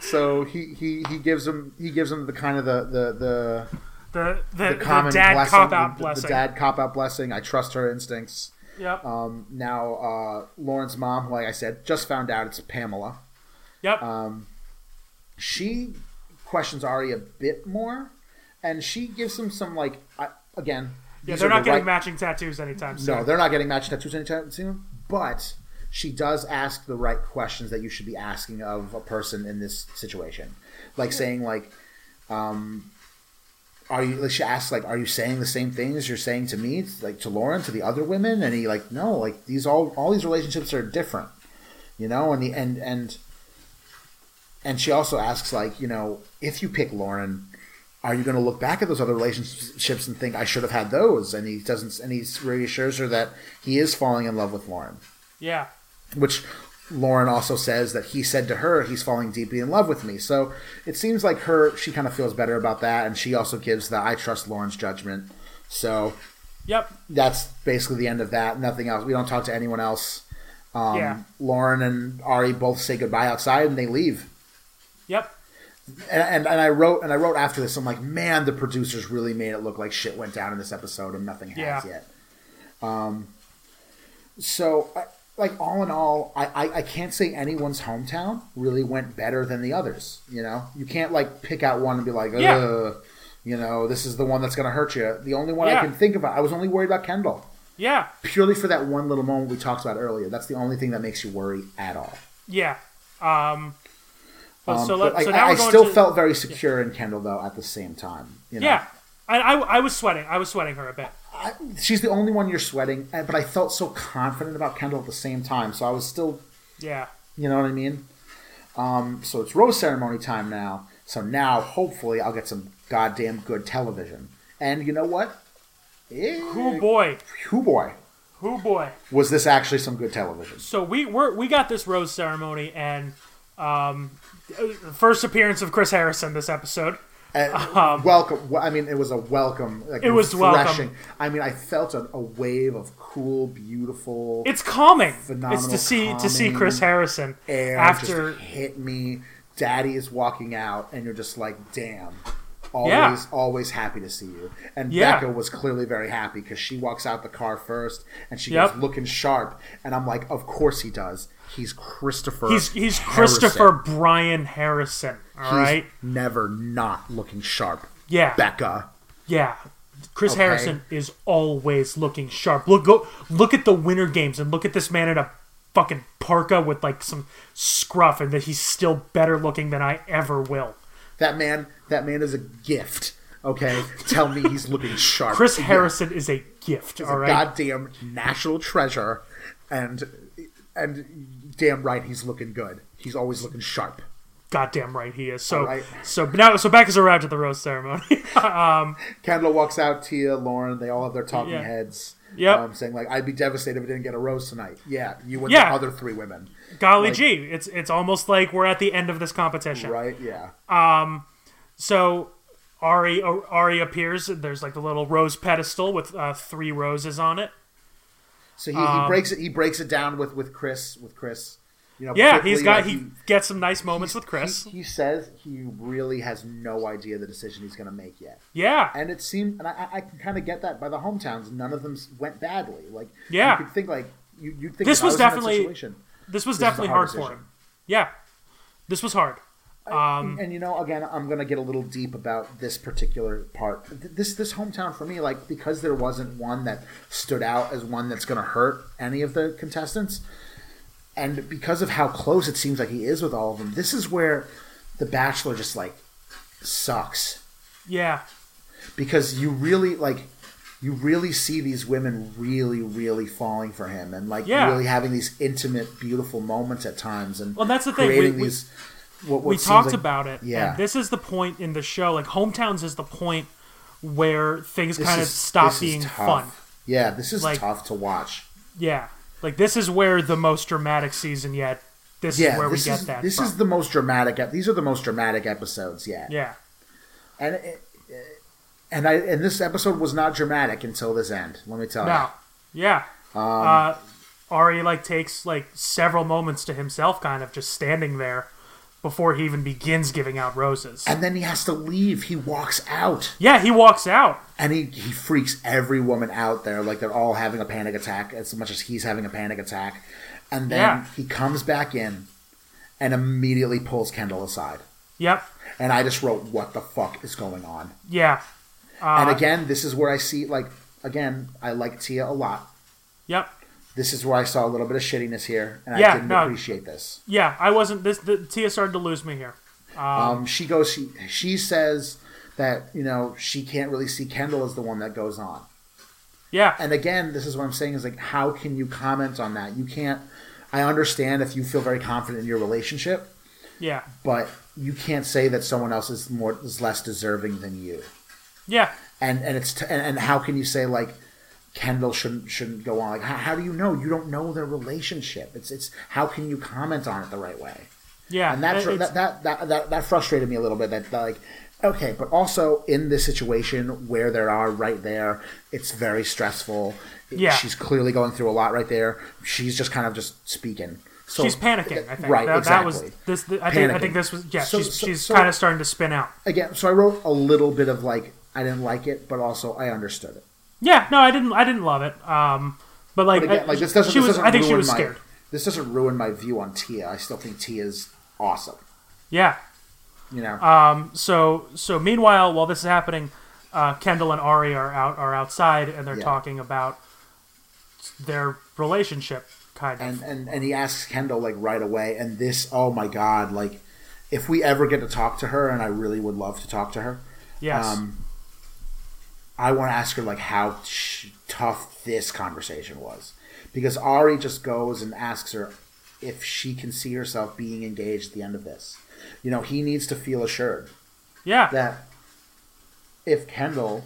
C: so he, he he gives him he gives him the kind of the the
B: The the,
C: the,
B: the
C: common
B: dad
C: blessing,
B: cop out
C: the,
B: blessing.
C: the dad cop out blessing. I trust her instincts.
B: Yep.
C: Um, now uh, Lauren's mom, who, like I said, just found out it's Pamela.
B: yep.
C: um, She questions Ari a bit more, and she gives him some like I, again.
B: yeah,
C: these
B: they're
C: are
B: not
C: the
B: getting
C: right-
B: matching tattoos anytime soon.
C: No, they're not getting matched tattoos anytime soon. But she does ask the right questions that you should be asking of a person in this situation, like saying like, um, "Are you?" Like she asks like, "Are you saying the same things you're saying to me, like to Lauren, to the other women?" And he like, "No, like these all all these relationships are different, you know." And the and and and she also asks like, you know, if you pick Lauren, are you going to look back at those other relationships and think I should have had those? And he doesn't, and he reassures her that he is falling in love with Lauren,
B: Yeah.
C: which Lauren also says that he said to her he's falling deeply in love with me. So it seems like her she kind of feels better about that, and she also gives the I trust Lauren's judgment. So
B: Yep.
C: that's basically the end of that. Nothing else. We don't talk to anyone else. Um,
B: Yeah.
C: Lauren and Ari both say goodbye outside, and they leave.
B: Yep.
C: and, and and I wrote and I wrote after this. I'm like, man, the producers really made it look like shit went down in this episode, and nothing has
B: Yeah.
C: yet. Um, so I, like all in all, I, I I can't say anyone's hometown really went better than the others. You know, you can't like pick out one and be like, Ugh,
B: Yeah.
C: you know, this is the one that's gonna hurt you. The only one
B: Yeah.
C: I can think about. I was only worried about Kendall
B: Yeah.
C: purely for that one little moment we talked about earlier. That's the only thing that makes you worry at all.
B: Yeah. Um. but so, let,
C: um, But I,
B: so now
C: I, I
B: we're going
C: still
B: to,
C: felt very secure in Kendall though at the same time. You know?
B: Yeah. I, I, I was sweating. I was sweating her a bit.
C: I, she's the only one you're sweating, and- but I felt so confident about Kendall at the same time. So I was still,
B: Yeah.
C: you know what I mean? Um, so it's rose ceremony time now. So now, hopefully, I'll get some goddamn good television. And you know what? Eh,
B: Who boy.
C: Who boy?
B: Who boy.
C: Was this actually some good television?
B: So we we're, we got this rose ceremony and um, the first appearance of Chris Harrison this episode.
C: And Uh, welcome. well, I mean, it was a welcome. Like,
B: Um, It was
C: refreshing. I mean, I felt a, a wave of cool, beautiful.
B: It's calming. it's
C: Phenomenal
B: to see to see
C: calming
B: Chris Harrison
C: air
B: after
C: just hit me. Daddy is walking out, and you're just like, damn. Always,
B: Yeah.
C: always happy to see you. And
B: Yeah.
C: Becca was clearly very happy because she walks out the car first and she
B: Yep.
C: goes looking sharp. And I'm like, of course he does. He's Christopher.
B: He's he's
C: Harrison.
B: Christopher Brian Harrison. All
C: He's
B: right.
C: never not looking sharp.
B: Yeah.
C: Becca.
B: Yeah. Chris
C: Okay.
B: Harrison is always looking sharp. Look go look at the winter games and look at this man in a fucking parka with like some scruff and that he's still better looking than I ever will.
C: That man. That man is a gift. Okay, tell me he's looking sharp.
B: Chris
C: Yeah.
B: Harrison is a gift, all
C: a
B: right?
C: goddamn national treasure, and and damn right he's looking good. He's always looking sharp.
B: Goddamn right he is. So
C: All right.
B: so now so back is arrived at the roast ceremony.
C: Kendall walks out. Tia, Lauren, they all have their talking
B: Yeah.
C: heads.
B: Yep.
C: um, saying like, "I'd be devastated if I didn't get a rose tonight." Yeah, you and
B: Yeah.
C: the other three women,
B: Golly gee, it's it's almost like we're at the end of this competition.
C: right? Yeah,
B: So Ari uh, Ari appears. and There's like the little rose pedestal with uh, three roses on it.
C: so he,
B: Um,
C: he breaks it. He breaks it down with with Chris. With Chris, you know.
B: Yeah,
C: quickly,
B: he's got
C: like,
B: he gets some nice moments with Chris.
C: He, he says he really has no idea the decision he's going to make yet.
B: yeah,
C: and it seemed, and I, I I can kind of get that by the hometowns. None of them s- went badly. Like,
B: Yeah.
C: you could think like you, you'd think
B: This
C: if I
B: was
C: in that
B: definitely-
C: situation.
B: this was
C: This is a
B: definitely
C: hard
B: hard, for
C: decision.
B: him. Yeah, this was hard. Hmm.
C: and you know, again, I'm gonna get a little deep about this particular part. Th- This this hometown for me, like because there wasn't one that stood out as one that's gonna hurt any of the contestants, and because of how close it seems like he is with all of them, this is where the Bachelor just like sucks.
B: Yeah,
C: because you really like you really see these women really really falling for him and like
B: Yeah.
C: really having these intimate beautiful moments at times and
B: Well, that's the thing. We-
C: creating
B: we-
C: these what, what
B: we
C: seems
B: talked
C: like-
B: about it.
C: yeah.
B: and this is the point in the show. Like hometowns is the point where things
C: this
B: kind of
C: is-
B: stop
C: this is
B: being
C: tough.
B: fun.
C: yeah this is
B: Like-
C: tough to watch
B: Yeah, like this is where the most dramatic season yet. This
C: yeah
B: is where we
C: this
B: get
C: is
B: that.
C: this
B: from.
C: is the most dramatic ep- these are the most dramatic episodes yet
B: yeah.
C: and it, and I and this episode was not dramatic until this end let me tell you
B: No. Yeah.
C: um,
B: uh, Ari like takes like several moments to himself, kind of just standing there before he even begins giving out roses.
C: and then he has to leave he walks out
B: Yeah, he walks out.
C: and he, he freaks every woman out there like they're all having a panic attack as much as he's having a panic attack and then
B: Yeah.
C: he comes back in and immediately pulls kendall aside
B: Yep.
C: and i just wrote what the fuck is going on
B: Yeah. Uh-huh.
C: and again this is where i see like again i like tia a lot
B: Yep.
C: this is where i saw a little bit of shittiness here and
B: Yeah,
C: i didn't
B: no.
C: appreciate this
B: Yeah. I wasn't. This the, Tia started to lose me here.
C: um, she goes she, she says that you know she can't really see kendall as the one that goes on
B: Yeah.
C: and again, this is what I'm saying is like, how can you comment on that? You can't. I understand if you feel very confident in your relationship,
B: yeah.
C: but you can't say that someone else is more is less deserving than you.
B: Yeah.
C: And and it's t- and, and how can you say like Kendall shouldn't shouldn't go on? Like how, how do you know? You don't know their relationship. It's it's how can you comment on it the right way?
B: Yeah.
C: and that,
B: It- it's-
C: that, that, that, that, that frustrated me a little bit that like okay but also in this situation where there are right there it's very stressful
B: Yeah.
C: she's clearly going through a lot right there she's just kind of just speaking so
B: she's panicking. I think.
C: right
B: That, that
C: exactly
B: was this. the- I think. I
C: Panicking.
B: think this was. Yeah.
C: So-
B: she's
C: so-
B: she's
C: so-
B: kind of starting to spin out.
C: again so i wrote a little bit of like i didn't like it but also i understood it
B: Yeah. No, I didn't. I didn't love it. Um. But like,
C: but again
B: I-
C: like this doesn't
B: she was.
C: this doesn't
B: I think she
C: ruin
B: was
C: my,
B: scared.
C: this doesn't ruin my view on tia i still think tia's awesome
B: Yeah.
C: you know
B: so so meanwhile while this is happening uh, kendall and ari are out are outside and they're
C: Yeah.
B: talking about their relationship kind of
C: and, and and he asks Kendall like right away, and this oh my god, like if we ever get to talk to her, and I really would love to talk to her.
B: yes
C: Um, I want to ask her like how sh- tough this conversation was, because Ari just goes and asks her if she can see herself being engaged at the end of this. You know, he needs to feel assured
B: yeah
C: that if Kendall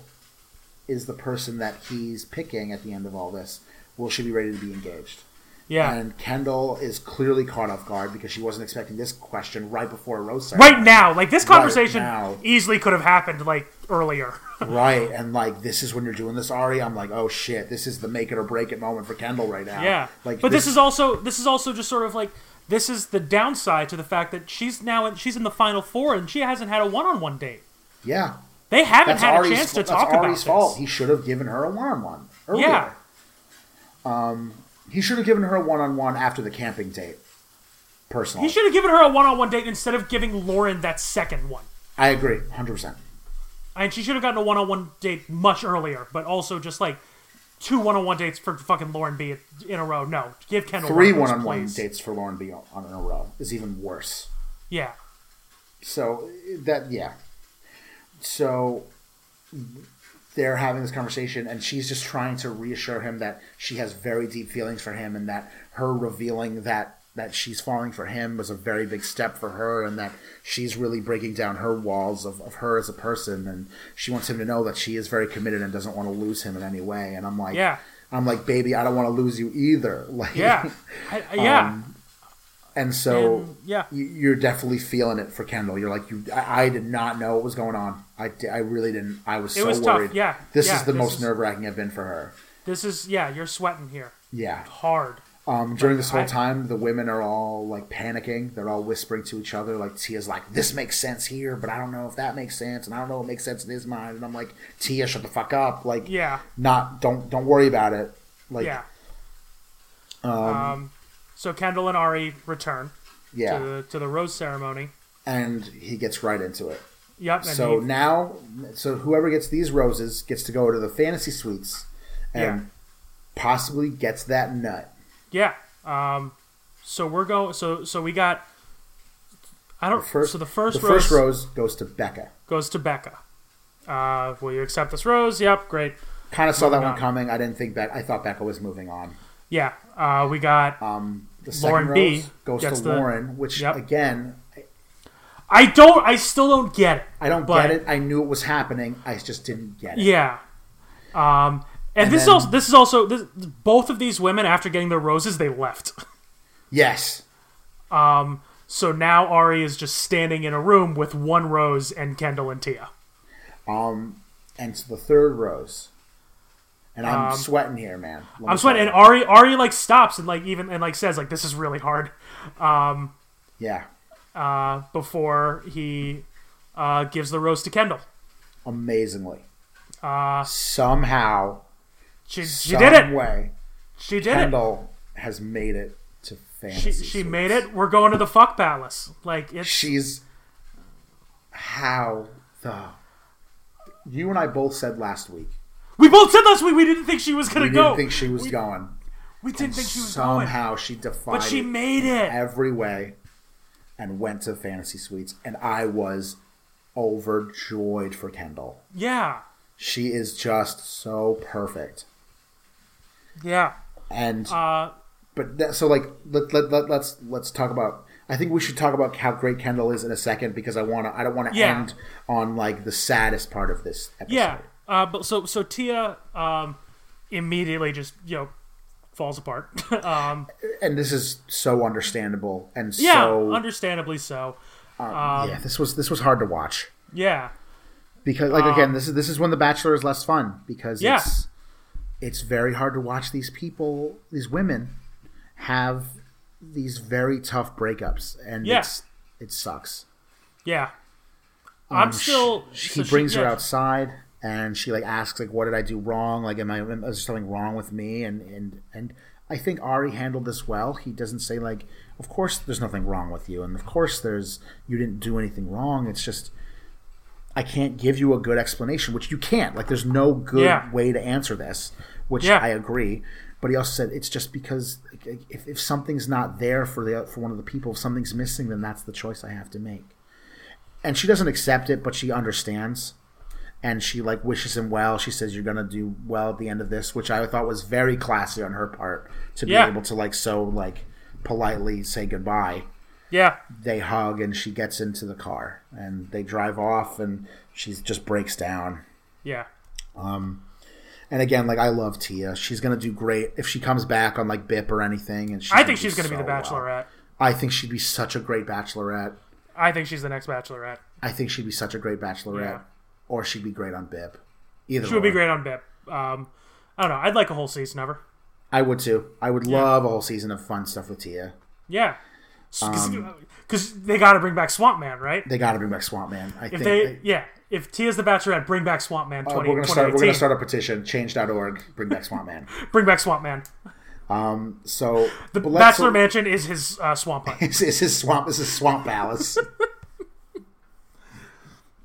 C: is the person that he's picking at the end of all this, will she be ready to be engaged?
B: yeah
C: And Kendall is clearly caught off guard because she wasn't expecting this question right before a rose ceremony.
B: right now like this
C: Right
B: conversation
C: now.
B: easily could have happened like earlier
C: Right. And like, this is when you're doing this, Ari. I'm like, oh shit, this is the make it or break it moment for Kendall right now.
B: yeah
C: Like,
B: but this, is also this is also just sort of like this is the downside to the fact that she's now in, she's in the final four and she hasn't had a one-on-one date
C: Yeah.
B: They haven't
C: That's
B: had
C: Ari's,
B: a chance to
C: that's
B: talk about
C: Ari's
B: this.
C: fault. He should have given her a one-on-one. Earlier. Um,
B: Yeah.
C: He should have given her a one-on-one after the camping date. Personally,
B: He should have given her a one-on-one date instead of giving Lauren that second one.
C: I agree, hundred percent.
B: And she should have gotten a one-on-one date much earlier, but also just like two one-on-one dates for fucking Lauren B in a row. No, give Kendall
C: Three
B: one of those,
C: one-on-one
B: please.
C: dates for Lauren B on on in a row is even worse.
B: Yeah,
C: So that yeah. So they're having this conversation and she's just trying to reassure him that she has very deep feelings for him and that her revealing that that she's falling for him was a very big step for her and that she's really breaking down her walls of, of her as a person and she wants him to know that she is very committed and doesn't want to lose him in any way and i'm like
B: Yeah.
C: i'm like baby i don't want to lose you either like
B: yeah, I, I- yeah.
C: Um, and so
B: And, yeah.
C: you, you're definitely feeling it for Kendall. You're like you. I, I did not know what was going on. I, di- I really didn't. I was
B: It
C: so
B: was tough,
C: worried.
B: yeah,
C: this
B: yeah,
C: is the
B: this
C: most
B: is-
C: nerve wracking I've been for her.
B: this is yeah. You're sweating here
C: Yeah.
B: hard.
C: Um, during this whole
B: Oh, I-
C: time, the women are all like panicking. They're all whispering to each other. Like Tia's like, "This makes sense here, but I don't know if that makes sense, and I don't know what makes sense in his mind." And I'm like, "Tia, shut the fuck up! Like,
B: Yeah.
C: not don't don't worry about it. Like,
B: yeah. Um, So Kendall and Ari return
C: yeah.
B: to the to the rose ceremony.
C: And he gets right into it.
B: Yep. And
C: So
B: he-
C: now, so whoever gets these roses gets to go to the fantasy suites and
B: Yeah.
C: possibly gets that nut.
B: yeah. Um. So we're going. So so we got. I don't.
C: First,
B: so the first
C: the
B: rose
C: first rose goes to Becca.
B: goes to Becca. Uh, will you accept this rose? Yep. Great.
C: Kind of saw that one
B: on.
C: coming. I didn't think Becca. I thought Becca was moving on.
B: Yeah. Uh, we got.
C: Um, the
B: Lauren
C: second
B: B
C: rose goes
B: gets
C: to
B: the-
C: Lauren, which
B: Yep.
C: again,
B: I don't. I still don't get it.
C: I don't
B: but-
C: get it. I knew it was happening. I just didn't get it.
B: Yeah. Um. And, this is
C: then-
B: also this is also this, both of these women after getting their roses they left. Um,
C: Yes.
B: So now Ari is just standing in a room with one rose and Kendall and Tia.
C: Um, and so the third rose, and I'm sweating here, man. Let me
B: Um, I'm sweating,
C: tell
B: and Ari
C: you.
B: Ari like stops and like even and like says like this is really hard
C: Yeah.
B: uh, before he uh, gives the rose to Kendall.
C: amazingly. Uh, Somehow,
B: She, she
C: some
B: did it.
C: way,
B: She did
C: Kendall has made it to
B: it. She,
C: fantasy.
B: she
C: suites.
B: made it. We're going to the fuck palace. Like it's
C: She's how the you and I both said last week.
B: we both said last week we didn't think she was gonna
C: We didn't
B: go.
C: think she was going.
B: we didn't think she was going.
C: Somehow she defied
B: But she
C: it
B: made it.
C: every way and went to fantasy suites, and I was overjoyed for Kendall.
B: Yeah.
C: She is just so perfect.
B: Yeah.
C: And
B: Uh,
C: but that, so like let, let, let, let's let's talk about i think we should talk about how great kendall is in a second because i want to i don't want to
B: Yeah.
C: end on like the saddest part of this episode
B: yeah. Uh, but so so Tia um, immediately just you know falls apart. um,
C: and this is so understandable and
B: yeah, um,
C: so
B: understandably so.
C: yeah this was this was hard to watch
B: Yeah.
C: because like again this is this is when the bachelor is less fun because
B: Uh, Yeah.
C: it's it's very hard to watch these people these women have these very tough breakups and
B: Yeah.
C: it's it sucks
B: Yeah. I'm
C: Um,
B: still.
C: She,
B: so
C: he brings her
B: yeah.
C: outside, and she like asks like, "What did I do wrong? Like, am I am, is there something wrong with me?" And and and I think Ari handled this well. He doesn't say like, "Of course, there's nothing wrong with you," and of course, there's you didn't do anything wrong. It's just I can't give you a good explanation, which you can't. Like, there's no good
B: Yeah.
C: way to answer this, which
B: Yeah.
C: I agree. But he also said it's just because like, if, if something's not there for the for one of the people, if something's missing, then that's the choice I have to make and she doesn't accept it, but she understands, and she like wishes him well. She says, "You're gonna do well at the end of this," which I thought was very classy on her part to
B: Yeah.
C: be able to like so like politely say goodbye.
B: Yeah.
C: They hug, and she gets into the car, and they drive off, and she just breaks down.
B: Yeah.
C: And again, like I love Tia. She's gonna do great if she comes back on like BIP or anything. And she's
B: I think
C: do
B: she's going to be
C: so
B: the
C: well.
B: Bachelorette.
C: I think she'd be such a great Bachelorette.
B: I think she's the next Bachelorette.
C: I think she'd be such a great Bachelorette,
B: Yeah.
C: or she'd be great on BIP. Either
B: She would be
C: or.
B: great on Bip. Um, I don't know. I'd like a whole season of her.
C: I would too. I would love a whole season of fun stuff with Tia.
B: Yeah. Because they got to bring back Swamp Man, right?
C: Um, They got to bring back Swamp Man. I
B: If
C: think
B: they,
C: they-
B: yeah, if Tia's the Bachelorette, bring back Swamp Man. 20,
C: we're gonna start. We're gonna
B: 2018.
C: start a petition. Change.org. Bring back Swamp Man.
B: Bring back Swamp Man.
C: So
B: The
C: but let's-
B: Bachelor Mansion is his uh, swamp hut.
C: This is his swamp. This is Swamp Palace.
B: So,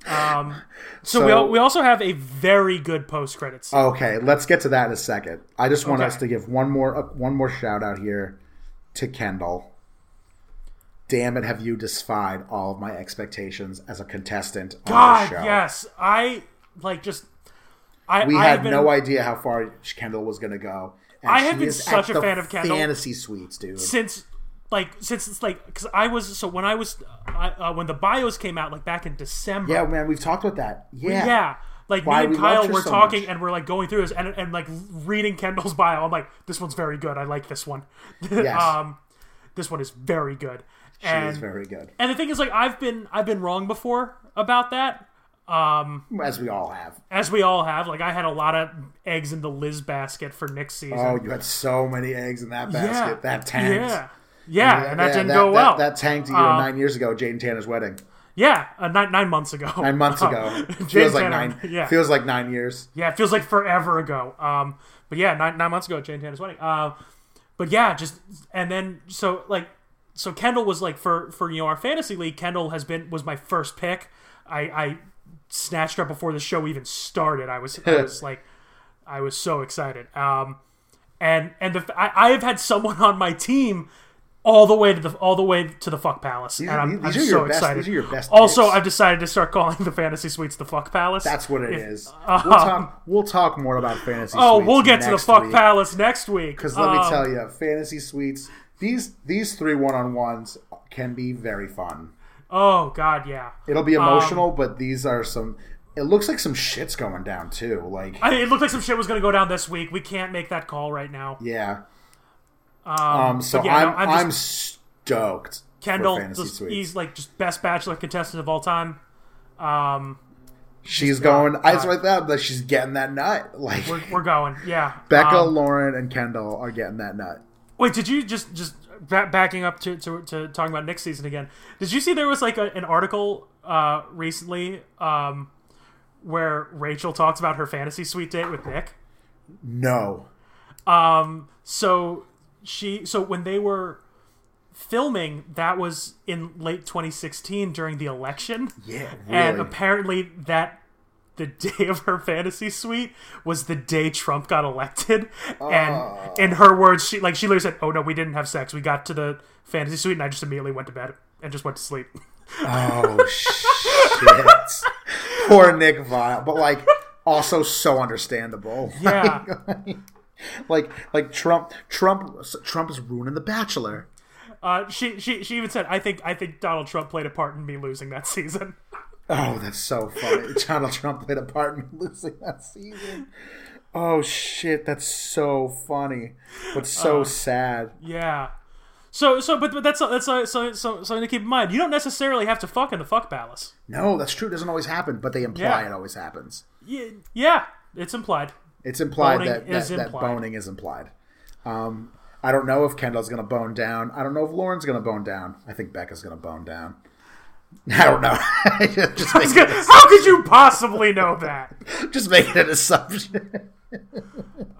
C: So-
B: Um, we, al- we also have a very good post credits.
C: Okay, let's get to that in a second. I just want
B: Okay.
C: us to give one more uh, one more shout out here to Kendall. Damn it, have you defied all of my expectations as a contestant on
B: God,
C: the show?
B: Ah, yes, I like just. I,
C: We
B: I
C: had
B: have been,
C: no idea how far Kendall was going to go. And
B: I have
C: she
B: been
C: is
B: such
C: at
B: a
C: the
B: fan of Kendall.
C: Fantasy suites, dude.
B: since like since it's like because I was so when I was I, uh, when the bios came out like back in December.
C: Yeah, man, we've talked about that. Yeah.
B: Yeah. Like
C: Why
B: me
C: we
B: and Kyle
C: loved her
B: were
C: so
B: talking
C: much.
B: and we're like going through this and, and like reading Kendall's bio. I'm like, this one's very good. I like this one.
C: Yes.
B: um, this one is very good.
C: She
B: and
C: is very good,
B: and the thing is, like, I've been I've been wrong before about that,
C: as we all have.
B: as we all have. Like, I had a lot of eggs in the Liz basket for Nick's season.
C: Oh, you had so many eggs in that basket. That tanked.
B: Yeah. Yeah, and that
C: Yeah,
B: didn't go
C: that,
B: well. Um,
C: That tanked, you know, nine years ago, Jane Tanner's wedding.
B: yeah, uh, nine, nine months ago.
C: nine months ago. feels like nine.
B: Yeah.
C: Feels like nine years.
B: Yeah, it feels like forever ago. Um, but yeah, nine, nine months ago, Jane Tanner's wedding. Uh, but yeah, just and then so like so Kendall was like for for you know our fantasy league. Kendall has been was my first pick. I I snatched her up before the show even started. I was I was like I was so excited. Um, and and the, I I have had someone on my team. All the way to the all the way to the fuck palace, and I'm,
C: these
B: I'm
C: are
B: so
C: your best-
B: excited.
C: these are your best
B: also,
C: picks.
B: I've decided to start calling the fantasy suites the fuck palace.
C: That's what it
B: If-
C: is. we'll talk. We'll talk more about fantasy.
B: Uh, Oh,
C: suites
B: we'll get to the
C: next
B: fuck
C: week,
B: palace next week.
C: Because let
B: Um,
C: me tell you, fantasy suites. These these three one on ones can be very fun.
B: Oh god, yeah.
C: It'll be emotional, but these are some. It looks like some shits going down too. Like
B: I mean, it looked like some shit was gonna go down this week. We can't make that call right now.
C: yeah. Um. So
B: but yeah, no, I'm
C: I'm I'm, stoked. for
B: Kendall,
C: fantasy
B: just,
C: suites.
B: he's like just best bachelor contestant of all time. Um,
C: she's going. I just like that. That she's getting that nut. Like
B: we're, we're going. Yeah.
C: Becca,
B: Um,
C: Lauren, and Kendall are getting that nut.
B: wait, did you just just ba- backing up to, to to talking about next season again? Did you see there was like a, an article uh recently um where Rachel talks about her fantasy suite date with Nick?
C: No.
B: so she so when they were filming that was in late 2016 during the election
C: Yeah.
B: and
C: really.
B: apparently that the day of her fantasy suite was the day Trump got elected
C: Ah.
B: and in her words she like she literally said oh no we didn't have sex we got to the fantasy suite and I just immediately went to bed and just went to sleep
C: Oh shit! Poor Nick Vile, but like also so understandable.
B: yeah
C: Like like Trump Trump Trump is ruining The Bachelor.
B: uh, she she she even said I think I think Donald Trump played a part in me losing that season
C: Oh, that's so funny. Donald Trump played a part in losing that season. Oh shit, that's so funny, but
B: Uh.
C: so sad.
B: Yeah. So so but, but that's that's uh, so, so something to keep in mind. You don't necessarily have to fuck in the fuck palace.
C: No, that's true. It doesn't always happen, but they imply
B: Yeah.
C: it always happens.
B: Yeah, yeah it's implied.
C: It's implied
B: Boning
C: that,
B: is
C: that, that
B: implied.
C: boning is implied. Um, I don't know if Kendall's going to bone down. I don't know if Lauren's going to bone down. I think Becca's going to bone down. I don't know.
B: It's
C: just, making,
B: good. How could you possibly know that?
C: just making an assumption.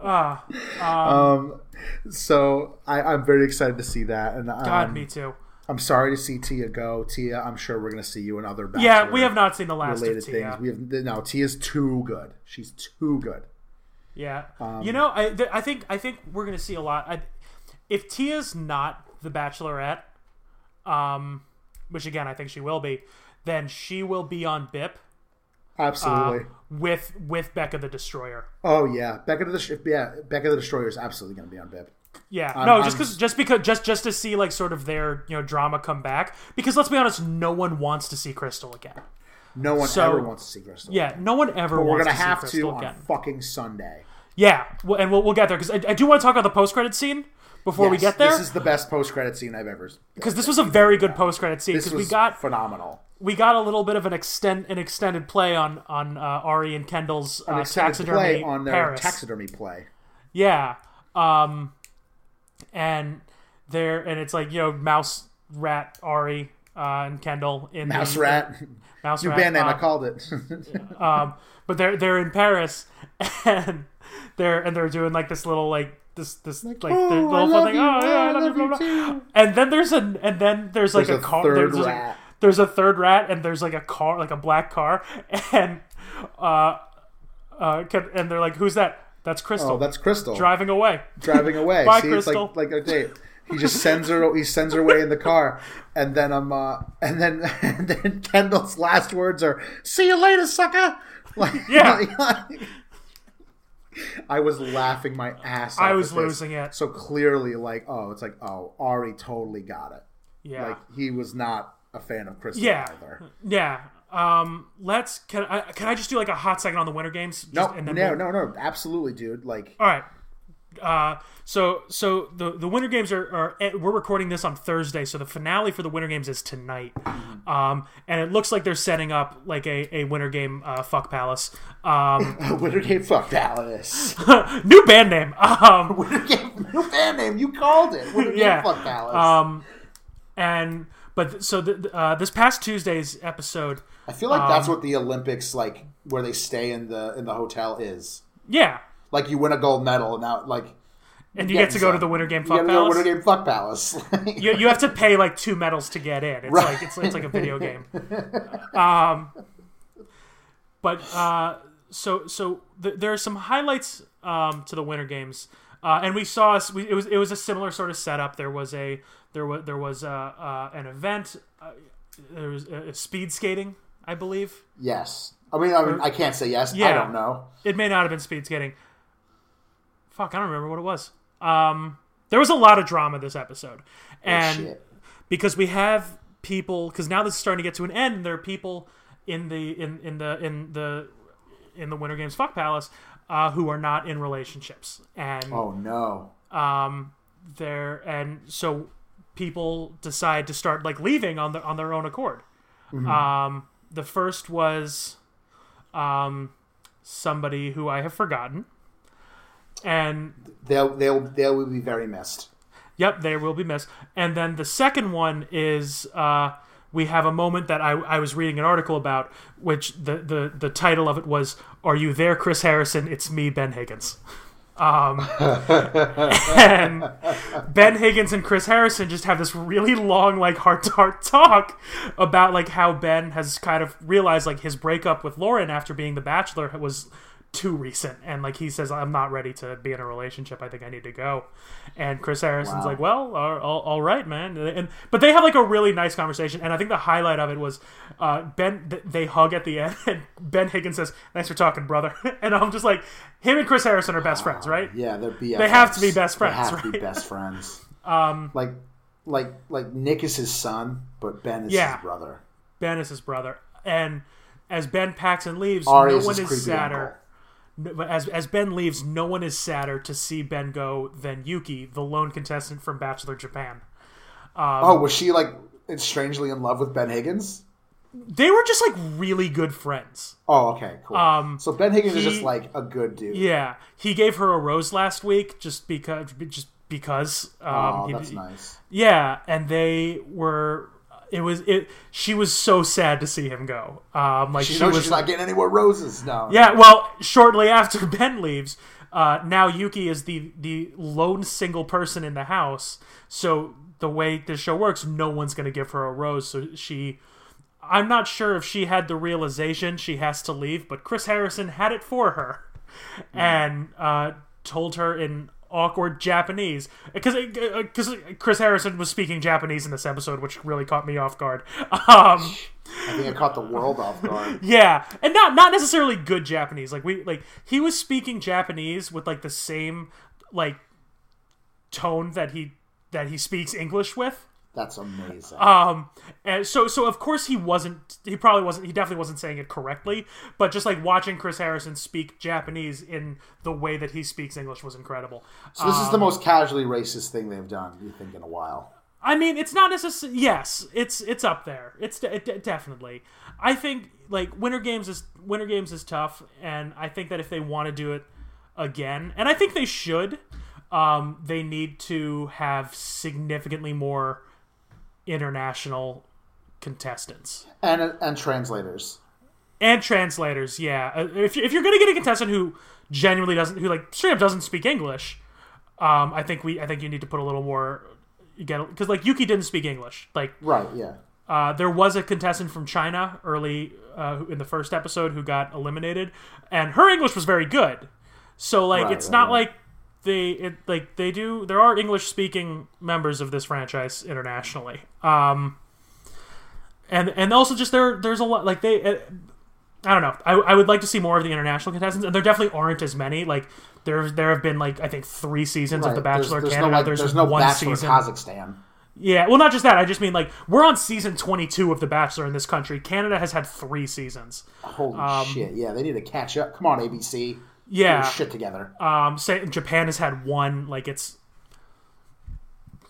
B: Ah,
C: um, so I, I'm very excited to see that, and um,
B: God, me too.
C: I'm sorry to see Tia go. Tia, I'm sure we're going to see you in other
B: Yeah, we have not seen the last
C: related
B: of
C: things.
B: Tia.
C: We have no. Tia's too good. She's too good.
B: yeah,
C: Um,
B: you know, I th- I think I think we're gonna see a lot. I, if Tia's not the Bachelorette, um, which again I think she will be, then she will be on BIP
C: Absolutely.
B: Uh, with with Becca the Destroyer.
C: Oh yeah, Becca the Dest- yeah Becca the Destroyer is absolutely going to be on Bib.
B: Yeah, no, just
C: I'm-
B: because, just because, just just to see like sort of their you know drama come back. Because let's be honest, no one wants to see Crystal again.
C: No one
B: So-
C: ever wants to see Crystal.
B: Yeah, no one ever.
C: we're
B: wants
C: gonna
B: to
C: have
B: see
C: to
B: Crystal
C: on
B: again.
C: fucking Sunday.
B: Yeah, well, and we'll, we'll get there because I, I do want to talk about the post credit scene before we
C: Yes,
B: get there
C: This is the best post credit scene I've ever.
B: because this was a very good post credit scene
C: This
B: because
C: was
B: we got
C: phenomenal.
B: we got a little bit of an extend an extended play on on uh, Ari and Kendall's uh, taxidermy
C: play on their
B: Paris.
C: taxidermy play.
B: Yeah. Um and there and it's like, you know, mouse rat Ari uh, and Kendall in
C: Mouse
B: the,
C: Rat.
B: Mouse
C: New
B: Rat,
C: band name, I
B: um,
C: called it.
B: but they're they're in Paris and they're and they're doing like this little like this this like, the
D: "Oh,
B: little
D: I
B: fun
D: love
B: thing.
D: you,
B: Oh yeah, I
D: I
B: love you,
D: love
B: blah,
D: you
B: blah.
D: too."
B: And then there's an and then there's like
C: There's
B: a
C: a
B: car.
C: third
B: there's, there's
C: rat.
B: A, there's a third rat and there's like a car like a black car and uh uh can- and they're like who's that? That's Crystal.
C: oh, that's Crystal
B: driving away.
C: driving away.
B: Bye,
C: See,
B: Crystal.
C: it's like like a date. He just sends her. He sends her away in the car, and then um, uh, and then and then Kendall's last words are "See you later, sucker." Like,
B: Yeah.
C: like- I was laughing my ass. off
B: I
C: at
B: was
C: this.
B: losing it.
C: So clearly, like, oh, it's like, oh, Ari totally got it.
B: Yeah.
C: Like he was not a fan of Crystal
B: Yeah.
C: either.
B: yeah. Um, let's can I can I just do like a hot second on the winter games? Just,
C: No,
B: and then
C: no,
B: we'll-
C: no, no, absolutely, dude. Like,
B: All right. Uh, so so the the winter games are, are eh, we're recording this on Thursday, so the finale for the winter games is tonight, um, and it looks like they're setting up like a, a winter game uh, fuck palace, um,
C: Winter Game fucked Alice.
B: new band name, um,
C: Winter Game, new band name. You called it. Winter
B: Yeah.
C: Game fucked Alice.
B: um, and but th- so th- th- uh, this past Tuesday's episode,
C: I feel like
B: Um,
C: that's what the Olympics, like where they stay in the in the hotel, is.
B: yeah,
C: Like you win a gold medal, and now like
B: and you get to go to the winter game
C: you
B: fuck
C: gotta go
B: palace.
C: Winter Game fuck Palace.
B: you, you have to pay like two medals to get in. It's
C: Right.
B: like it's, it's like a video game. Um, but uh, so so th- there are some highlights um, to the Winter Games, uh, and we saw us. We, it was it was a similar sort of setup. There was a there was there was a, uh, an event. Uh, there was uh, speed skating, I believe.
C: yes. I mean, I mean, I can't say yes. I
B: Yeah.
C: don't know.
B: It may not have been speed skating. Fuck, I don't remember what it was. Um, there was a lot of drama this episode, and
C: Shit.
B: because we have people because now this is starting to get to an end and there are people in the in, in the in the in the winter games fuck palace uh, who are not in relationships and
C: Oh no.
B: um they're and so people decide to start like leaving on their on their own accord um the first was um somebody who i have forgotten and
C: They'll they'll they will be very missed.
B: Yep, they will be missed. And then the second one is uh, we have a moment that I, I was reading an article about, which the, the, the title of it was "Are You There, Chris Harrison? It's Me, Ben Higgins." Um, and Ben Higgins and Chris Harrison just have this really long, like heart to heart talk about like how Ben has kind of realized like his breakup with Lauren after being the Bachelor was too recent, and like he says, "I'm not ready to be in a relationship. I think I need to go." And Chris Harrison's
C: Wow.
B: like, "Well, all, all, all right, man." And but they have like a really nice conversation, and I think the highlight of it was uh, Ben. th- They hug at the end, and Ben Higgins says, "Thanks for talking, brother." And I'm just like, him and Chris Harrison are best friends, right?
C: Yeah, they're BFFs.
B: They have to be best friends,
C: They have to be
B: right?
C: best friends. Um, like, like, like Nick is his son, but Ben is
B: Yeah.
C: his brother.
B: Ben is his brother, and as Ben packs and leaves,
C: Ari
B: no
C: is
B: one
C: his
B: is
C: creepy uncle.
B: sadder. no- But as as Ben leaves, no one is sadder to see Ben go than Yuki, the lone contestant from Bachelor Japan.
C: Oh, was she like strangely in love with Ben Higgins?
B: They were just like really good friends.
C: Oh, okay, cool. so Ben Higgins is
B: Um, he-
C: just like a good dude.
B: Yeah, he gave her a rose last week just because just because um,
C: oh,
B: he,
C: that's nice.
B: Yeah, and they were. It was it. She was so sad to see him go. Um, like
C: She,
B: she,
C: knows
B: was
C: she's not getting any more roses now.
B: Yeah, well, shortly after Ben leaves, uh, now Yuki is the the lone single person in the house. So the way the show works, no one's going to give her a rose. So she, I'm not sure if she had the realization she has to leave, but Chris Harrison had it for her, and uh, told her in awkward Japanese Uh, because because Chris Harrison was speaking Japanese in this episode, which really caught me off guard. Um,
C: I think I caught the world off guard.
B: yeah, and not not necessarily good Japanese. Like we like he was speaking Japanese with like the same like tone that he that he speaks English with.
C: That's amazing.
B: Um, and so so of course he wasn't. He probably wasn't. He definitely wasn't saying it correctly. But just like watching Chris Harrison speak Japanese in the way that he speaks English was incredible.
C: so this
B: um,
C: is the most casually racist thing they've done, you think, in a while.
B: I mean, it's not necessarily. Yes, it's it's up there. It's de- de- definitely. I think like Winter Games is Winter Games is tough, and I think that if they want to do it again, and I think they should, um, they need to have significantly more international contestants
D: and and translators.
B: and translators. Yeah, Uh, if you- if you're gonna get a contestant who genuinely doesn't, who like straight up doesn't speak English, um, I think we I think you need to put a little more. You get because like Yuki didn't speak English. Like
D: Right. Yeah.
B: uh, there was a contestant from China early uh, who- in the first episode who got eliminated, and her English was very good. So like
D: Right,
B: it's
D: right,
B: not
D: right.
B: like they it, like they do. There are English speaking members of this franchise internationally. Um, and and also just there there's a lot like they. uh I don't know. I, I would like to see more of the international contestants, and there definitely aren't as many. Like there, there have been like I think three seasons
D: Right.
B: of The Bachelor
D: there's, there's
B: Canada.
D: No, like,
B: there's,
D: there's, no
B: one
D: Bachelor
B: season.
D: Kazakhstan.
B: Yeah, well, not just that. I just mean like we're on season twenty-two of The Bachelor in this country. Canada has had three seasons.
D: Holy shit! Yeah, they need to catch up. Come on, ABC. Get your
B: Um, Yeah,
D: shit together.
B: um, say, Japan has had one. Like it's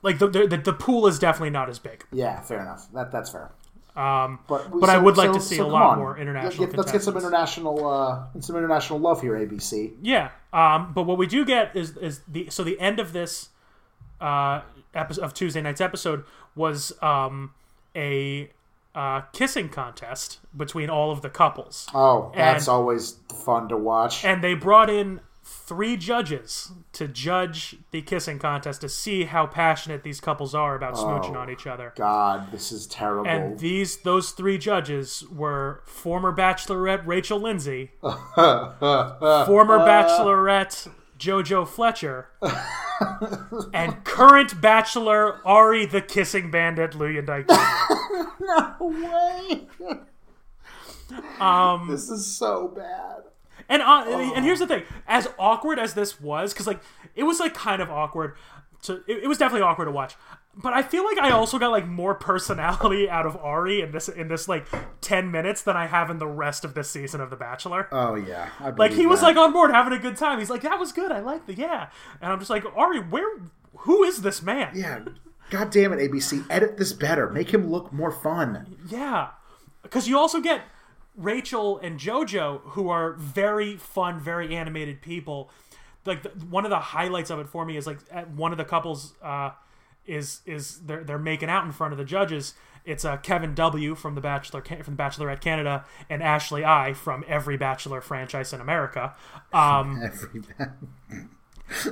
B: like the, the the the pool is definitely not as big.
D: yeah, fair enough. That that's fair. Um, but
B: but I would like to see a
D: come
B: lot
D: on.
B: more international
D: Let's get, let's get some
B: contestants.
D: international, uh, some international love here, ABC.
B: Yeah, um, but what we do get is is the so the end of this uh, episode of Tuesday night's episode was um, a uh, kissing contest between all of the couples.
D: Oh, that's
B: And-
D: always fun to watch.
B: and they brought in three judges to judge the kissing contest to see how passionate these couples are about smooching on each other.
D: God, this is terrible.
B: And these those three judges were former bachelorette Rachel Lindsay, former bachelorette Jojo Fletcher, and current bachelor Ari the Kissing Bandit Lou Dyke.
D: way. um, this is so bad.
B: And uh,
C: Oh.
B: and here's the thing: as awkward as this was, because like it was like kind of awkward. To it, it was definitely awkward to watch. But I feel like I also got like more personality out of Ari in this in this like ten minutes than I have in the rest of this season of The Bachelor.
C: Oh yeah, I
B: like he
C: believe
B: was
C: that.
B: like on board having a good time. He's like, "That was good. I liked the yeah." And I'm just like, Ari, where? Who is this man?
C: yeah. God damn it, ABC, edit this better. Make him look more fun.
B: Yeah. Because you also get Rachel and JoJo, who are very fun, very animated people. Like the, one of the highlights of it for me is like at one of the couples uh, is is they're they're making out in front of the judges. It's uh, Kevin W from the Bachelor Ca- from the Bachelorette Canada and Ashley I from every Bachelor franchise in America. Um,
C: Every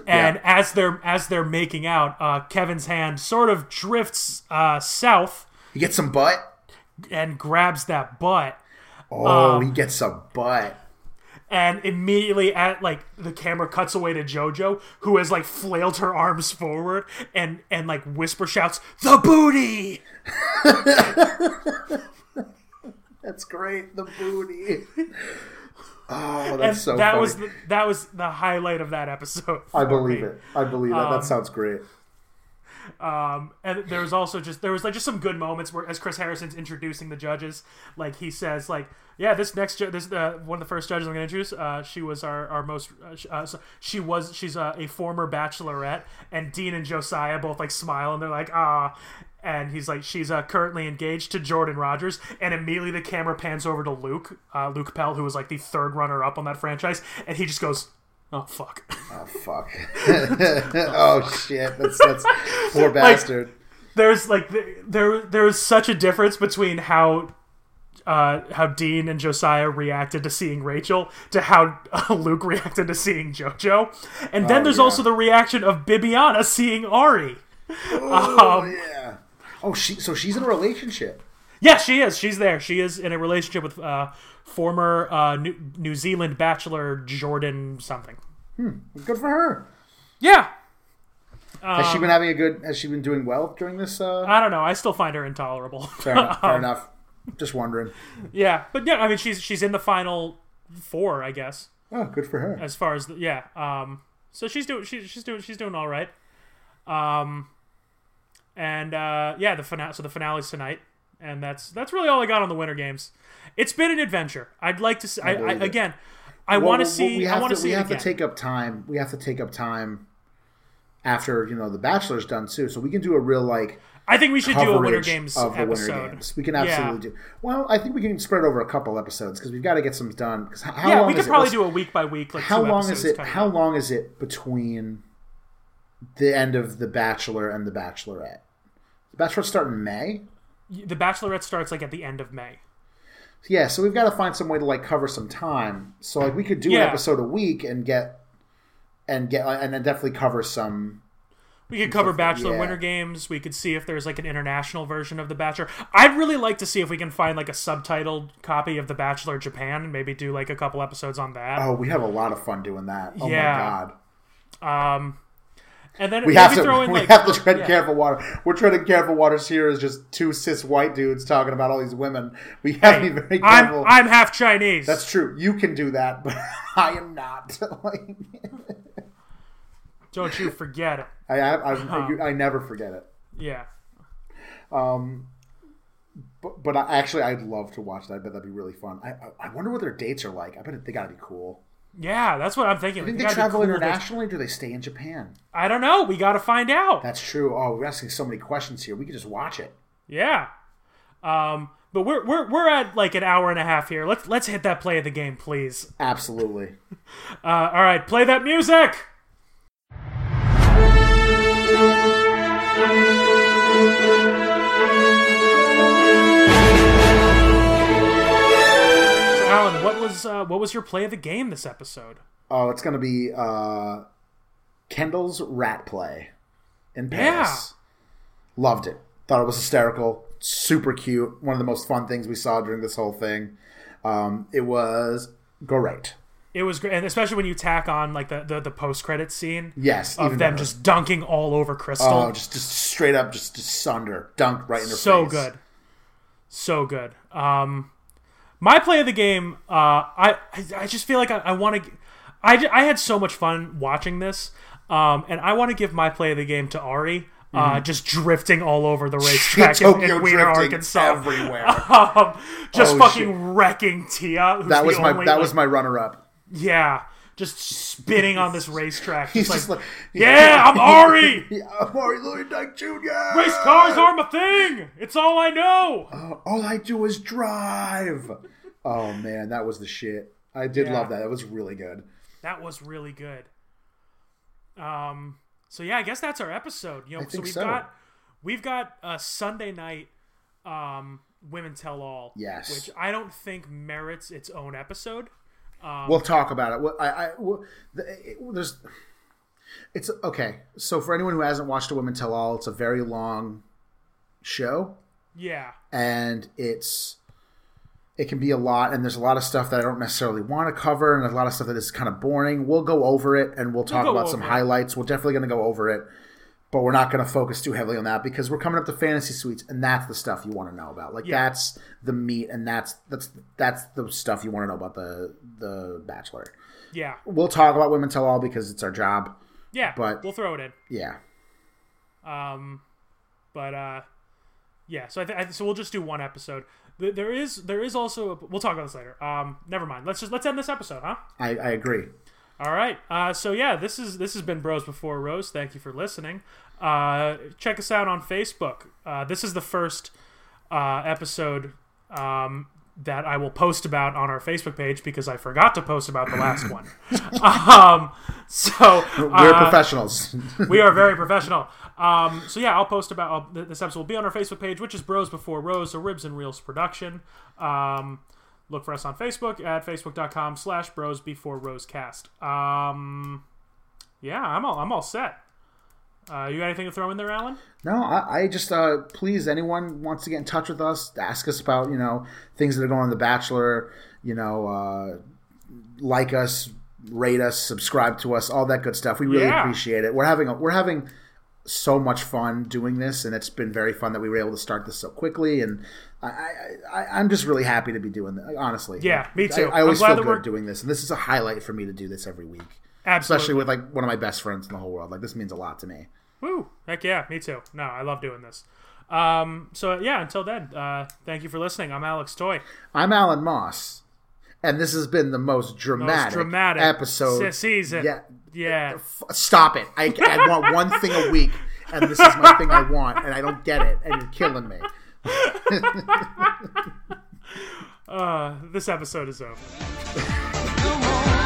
B: and as they're as they're making out, uh, Kevin's hand sort of drifts uh, south
C: he gets some butt.
B: and grabs that butt. Um,
C: Oh, he gets some butt.
B: and immediately at like the camera cuts away to jojo who has like flailed her arms forward and and like whisper shouts the booty
C: That's great. The booty. Oh, that's so.
B: that
C: funny.
B: was the, that was the highlight of that episode
C: I believe it. I believe that.
B: Um,
C: That sounds great.
B: and there was also just there was like just some good moments where as chris harrison's introducing the judges like he says like yeah this next ju- this uh, one of the first judges i'm gonna introduce uh, she was our, our most uh, sh- uh, so- she was she's uh, a former bachelorette and dean and josiah both like smile and they're like ah and he's like she's uh, currently engaged to jordan rogers and immediately the camera pans over to luke uh, luke pell who was like the third runner up on that franchise and he just goes oh fuck
C: Oh fuck. oh shit. That's that's poor
B: um,
C: bastard.
B: there's like th- there there's such a difference between how uh, how Dean and Josiah reacted to seeing Rachel to how uh, Luke reacted to seeing JoJo, and then there's
C: yeah.
B: also the reaction of Bibiana seeing Ari.
C: oh yeah. Oh, she. So she's in a relationship.
B: Yeah, she is. She's there. She is in a relationship with uh, former uh, New-, New Zealand bachelor Jordan something.
C: Good for her.
B: Yeah,
C: Has
B: Um,
C: she been having a good? Has she been doing well during this? Uh,
B: I don't know. I still find her intolerable.
C: fair, enough, fair enough. Just wondering.
B: yeah, but yeah, I mean she's she's in the final four, I guess.
C: Oh, good for her.
B: as far as the, yeah um so she's doing she, she's doing she's doing all right um and uh yeah the finale so the finale's tonight and that's that's really all i got on the winter games it's been an adventure i'd like to see i, I
C: believe it.
B: again i
C: Well,
B: want to
C: well,
B: see
C: We
B: i
C: have
B: want
C: to.
B: to see
C: we
B: it
C: have
B: again.
C: to take up time. We have to take up time after you know the Bachelor's done too, so we can do a real like
B: i think we should do
C: coverage
B: a winter games
C: of the
B: episode
C: Winter Games. We can
B: Yeah.
C: absolutely do. Well, I think we can spread it over a couple episodes because we've got to get some done. Because how, how
B: yeah
C: long
B: we could
C: is it?
B: probably
C: Let's-
B: do a week by week like
C: how
B: two
C: long is
B: episodes
C: it?
B: kind of.
C: How long is it between the end of the Bachelor and the Bachelorette? The Bachelorette start in May.
B: the Bachelorette starts like at the end of May.
C: Yeah, so we've got to find some way to like cover some time. So like we could do
B: Yeah.
C: an episode a week and get and get and then definitely cover some.
B: We could cover Bachelor
C: yeah.
B: Winter Games. We could see if there's like an international version of The Bachelor. I'd really like to see if we can find like a subtitled copy of The Bachelor Japan and maybe do like a couple episodes on that.
C: Oh, we have a lot of fun doing that. Oh
B: Yeah.
C: my god.
B: and then
C: We
B: maybe
C: have to.
B: throw in
C: we
B: like
C: have to tread
B: yeah.
C: careful water. We're treading careful waters here as just two cis white dudes talking about all these women. We have to be very careful.
B: I'm I'm half Chinese.
C: That's true. You can do that, but I am not. like,
B: Don't you forget it.
C: I, I,
B: Uh-huh.
C: I, you- I never forget it.
B: Yeah.
C: But, but I, actually, I'd love to watch that. I bet that'd be really fun. I, I, I wonder what their dates are like. I bet they gotta be cool.
B: Yeah, that's what I'm thinking.
C: Do
B: We
C: they
B: gotta do
C: travel
B: cool dates.
C: internationally? Or do they stay in Japan?
B: I don't know. We got to find out.
C: That's true. Oh, we're asking so many questions here. We could just watch it.
B: Yeah. Um, but we're we're we're at like an hour and a half here. Let's let's hit that play of the game, please.
C: Absolutely.
B: Uh, all right, play that music. So, Alan, what was uh, what was your play of the game this episode?
C: Oh, it's gonna be uh, Kendall's rat play in
B: Yeah.
C: Paris. Loved it. Thought it was hysterical. Super cute. One of the most fun things we saw during this whole thing. Um, it was great.
B: It was great, and especially when you tack on like the the, the post credit scene
C: Yes,
B: of
C: even
B: them
C: better.
B: just dunking all over Crystal.
C: oh, just just straight up, just, just sunder, dunked right in her
B: so
C: face.
B: good so good um my play of the game uh i i, I just feel like i, I want to I, ju- I had so much fun watching this um and i want to give my play of the game to ari
C: Mm-hmm.
B: uh, just drifting all over the racetrack in,
C: Tokyo
B: in Wiener,
C: drifting
B: Arkansas,
C: everywhere.
B: um, just
C: Oh,
B: fucking
C: shit.
B: wrecking Tia. Who's
C: that was
B: the
C: my
B: only,
C: that
B: like-
C: was my runner up.
B: yeah, just spinning on this racetrack.
C: He's
B: just
C: just
B: like,
C: like-
B: yeah, I'm Ari.
C: Yeah, Amari Louis Dyke Jr.
B: Race cars are my thing. It's all I know.
C: All I do is drive. Oh man, that was the shit. I did
B: Yeah.
C: love that. That was really good.
B: that was really good. Um, so yeah, I guess that's our episode. You know, so
C: think
B: we've
C: so.
B: got we've got a Sunday night um women tell all.
C: Yes.
B: Which I don't think merits its own episode.
C: we'll talk about it. Well, I, I well, the, it, well, there's, it's okay. So for anyone who hasn't watched a women tell all, it's a very long show,
B: Yeah.
C: and it's it can be a lot, and there's a lot of stuff that I don't necessarily want to cover, and a lot of stuff that is kind of boring. We'll go over it, and we'll talk
B: go
C: about some
B: over it.
C: highlights. We're definitely going to go over it. But we're not going to focus too heavily on that because we're coming up to fantasy suites, and that's the stuff you want to know about. Like that's the meat, and that's that's that's the stuff you want to know about the the Bachelor
B: Yeah.
C: we'll talk about women tell all because it's our job.
B: Yeah.
C: But-
B: we'll throw it in.
C: Yeah.
B: Um, but uh, yeah. So I, th- I so we'll just do one episode. Th- There is there is also a, we'll talk about this later. Um, never mind. Let's just let's end this episode, huh?
C: I, I agree.
B: All right. Uh, so yeah, this is this has been Bros Before Rose. Thank you for listening. Uh, check us out on Facebook. Uh, this is the first uh, episode um, that I will post about on our Facebook page because I forgot to post about the last one. um, so
C: We're
B: uh,
C: professionals.
B: we are very professional. Um, so yeah, I'll post about I'll, th- this episode will be on our Facebook page, which is Bros Before Rose, a Ribs and Reels production. Um, look for us on Facebook at facebook.com slash Bros Before Rosecast. Um, yeah, I'm all I'm all set. Uh, you got anything to throw in there, Alan?
C: no, I, I just uh, please anyone wants to get in touch with us, ask us about you know things that are going on The Bachelor. You know, uh, like us, rate us, subscribe to us, all that good stuff. We really
B: Yeah.
C: appreciate it. We're having a, we're having so much fun doing this, and it's been very fun that we were able to start this so quickly. And I, I, I I'm just really happy to be doing that. Honestly,
B: Yeah, me too.
C: I, I always
B: I'm glad
C: feel
B: that
C: good
B: we're-
C: doing this, and this is a highlight for me to do this every week. especially
B: Absolutely.
C: with like one of my best friends in the whole world. Like this means a lot to me.
B: Woo! Heck yeah, me too. No, I love doing this. Um, so yeah, until then, uh, thank you for listening. I'm Alex Toy.
C: I'm Alan Moss, and this has been the most dramatic,
B: Most dramatic
C: episode
B: se- season.
C: Yeah,
B: Yeah.
C: F- stop it! I, I want one thing a week, and this is my thing I want, and I don't get it, and you're killing me.
B: uh, This episode is over.
A: no more.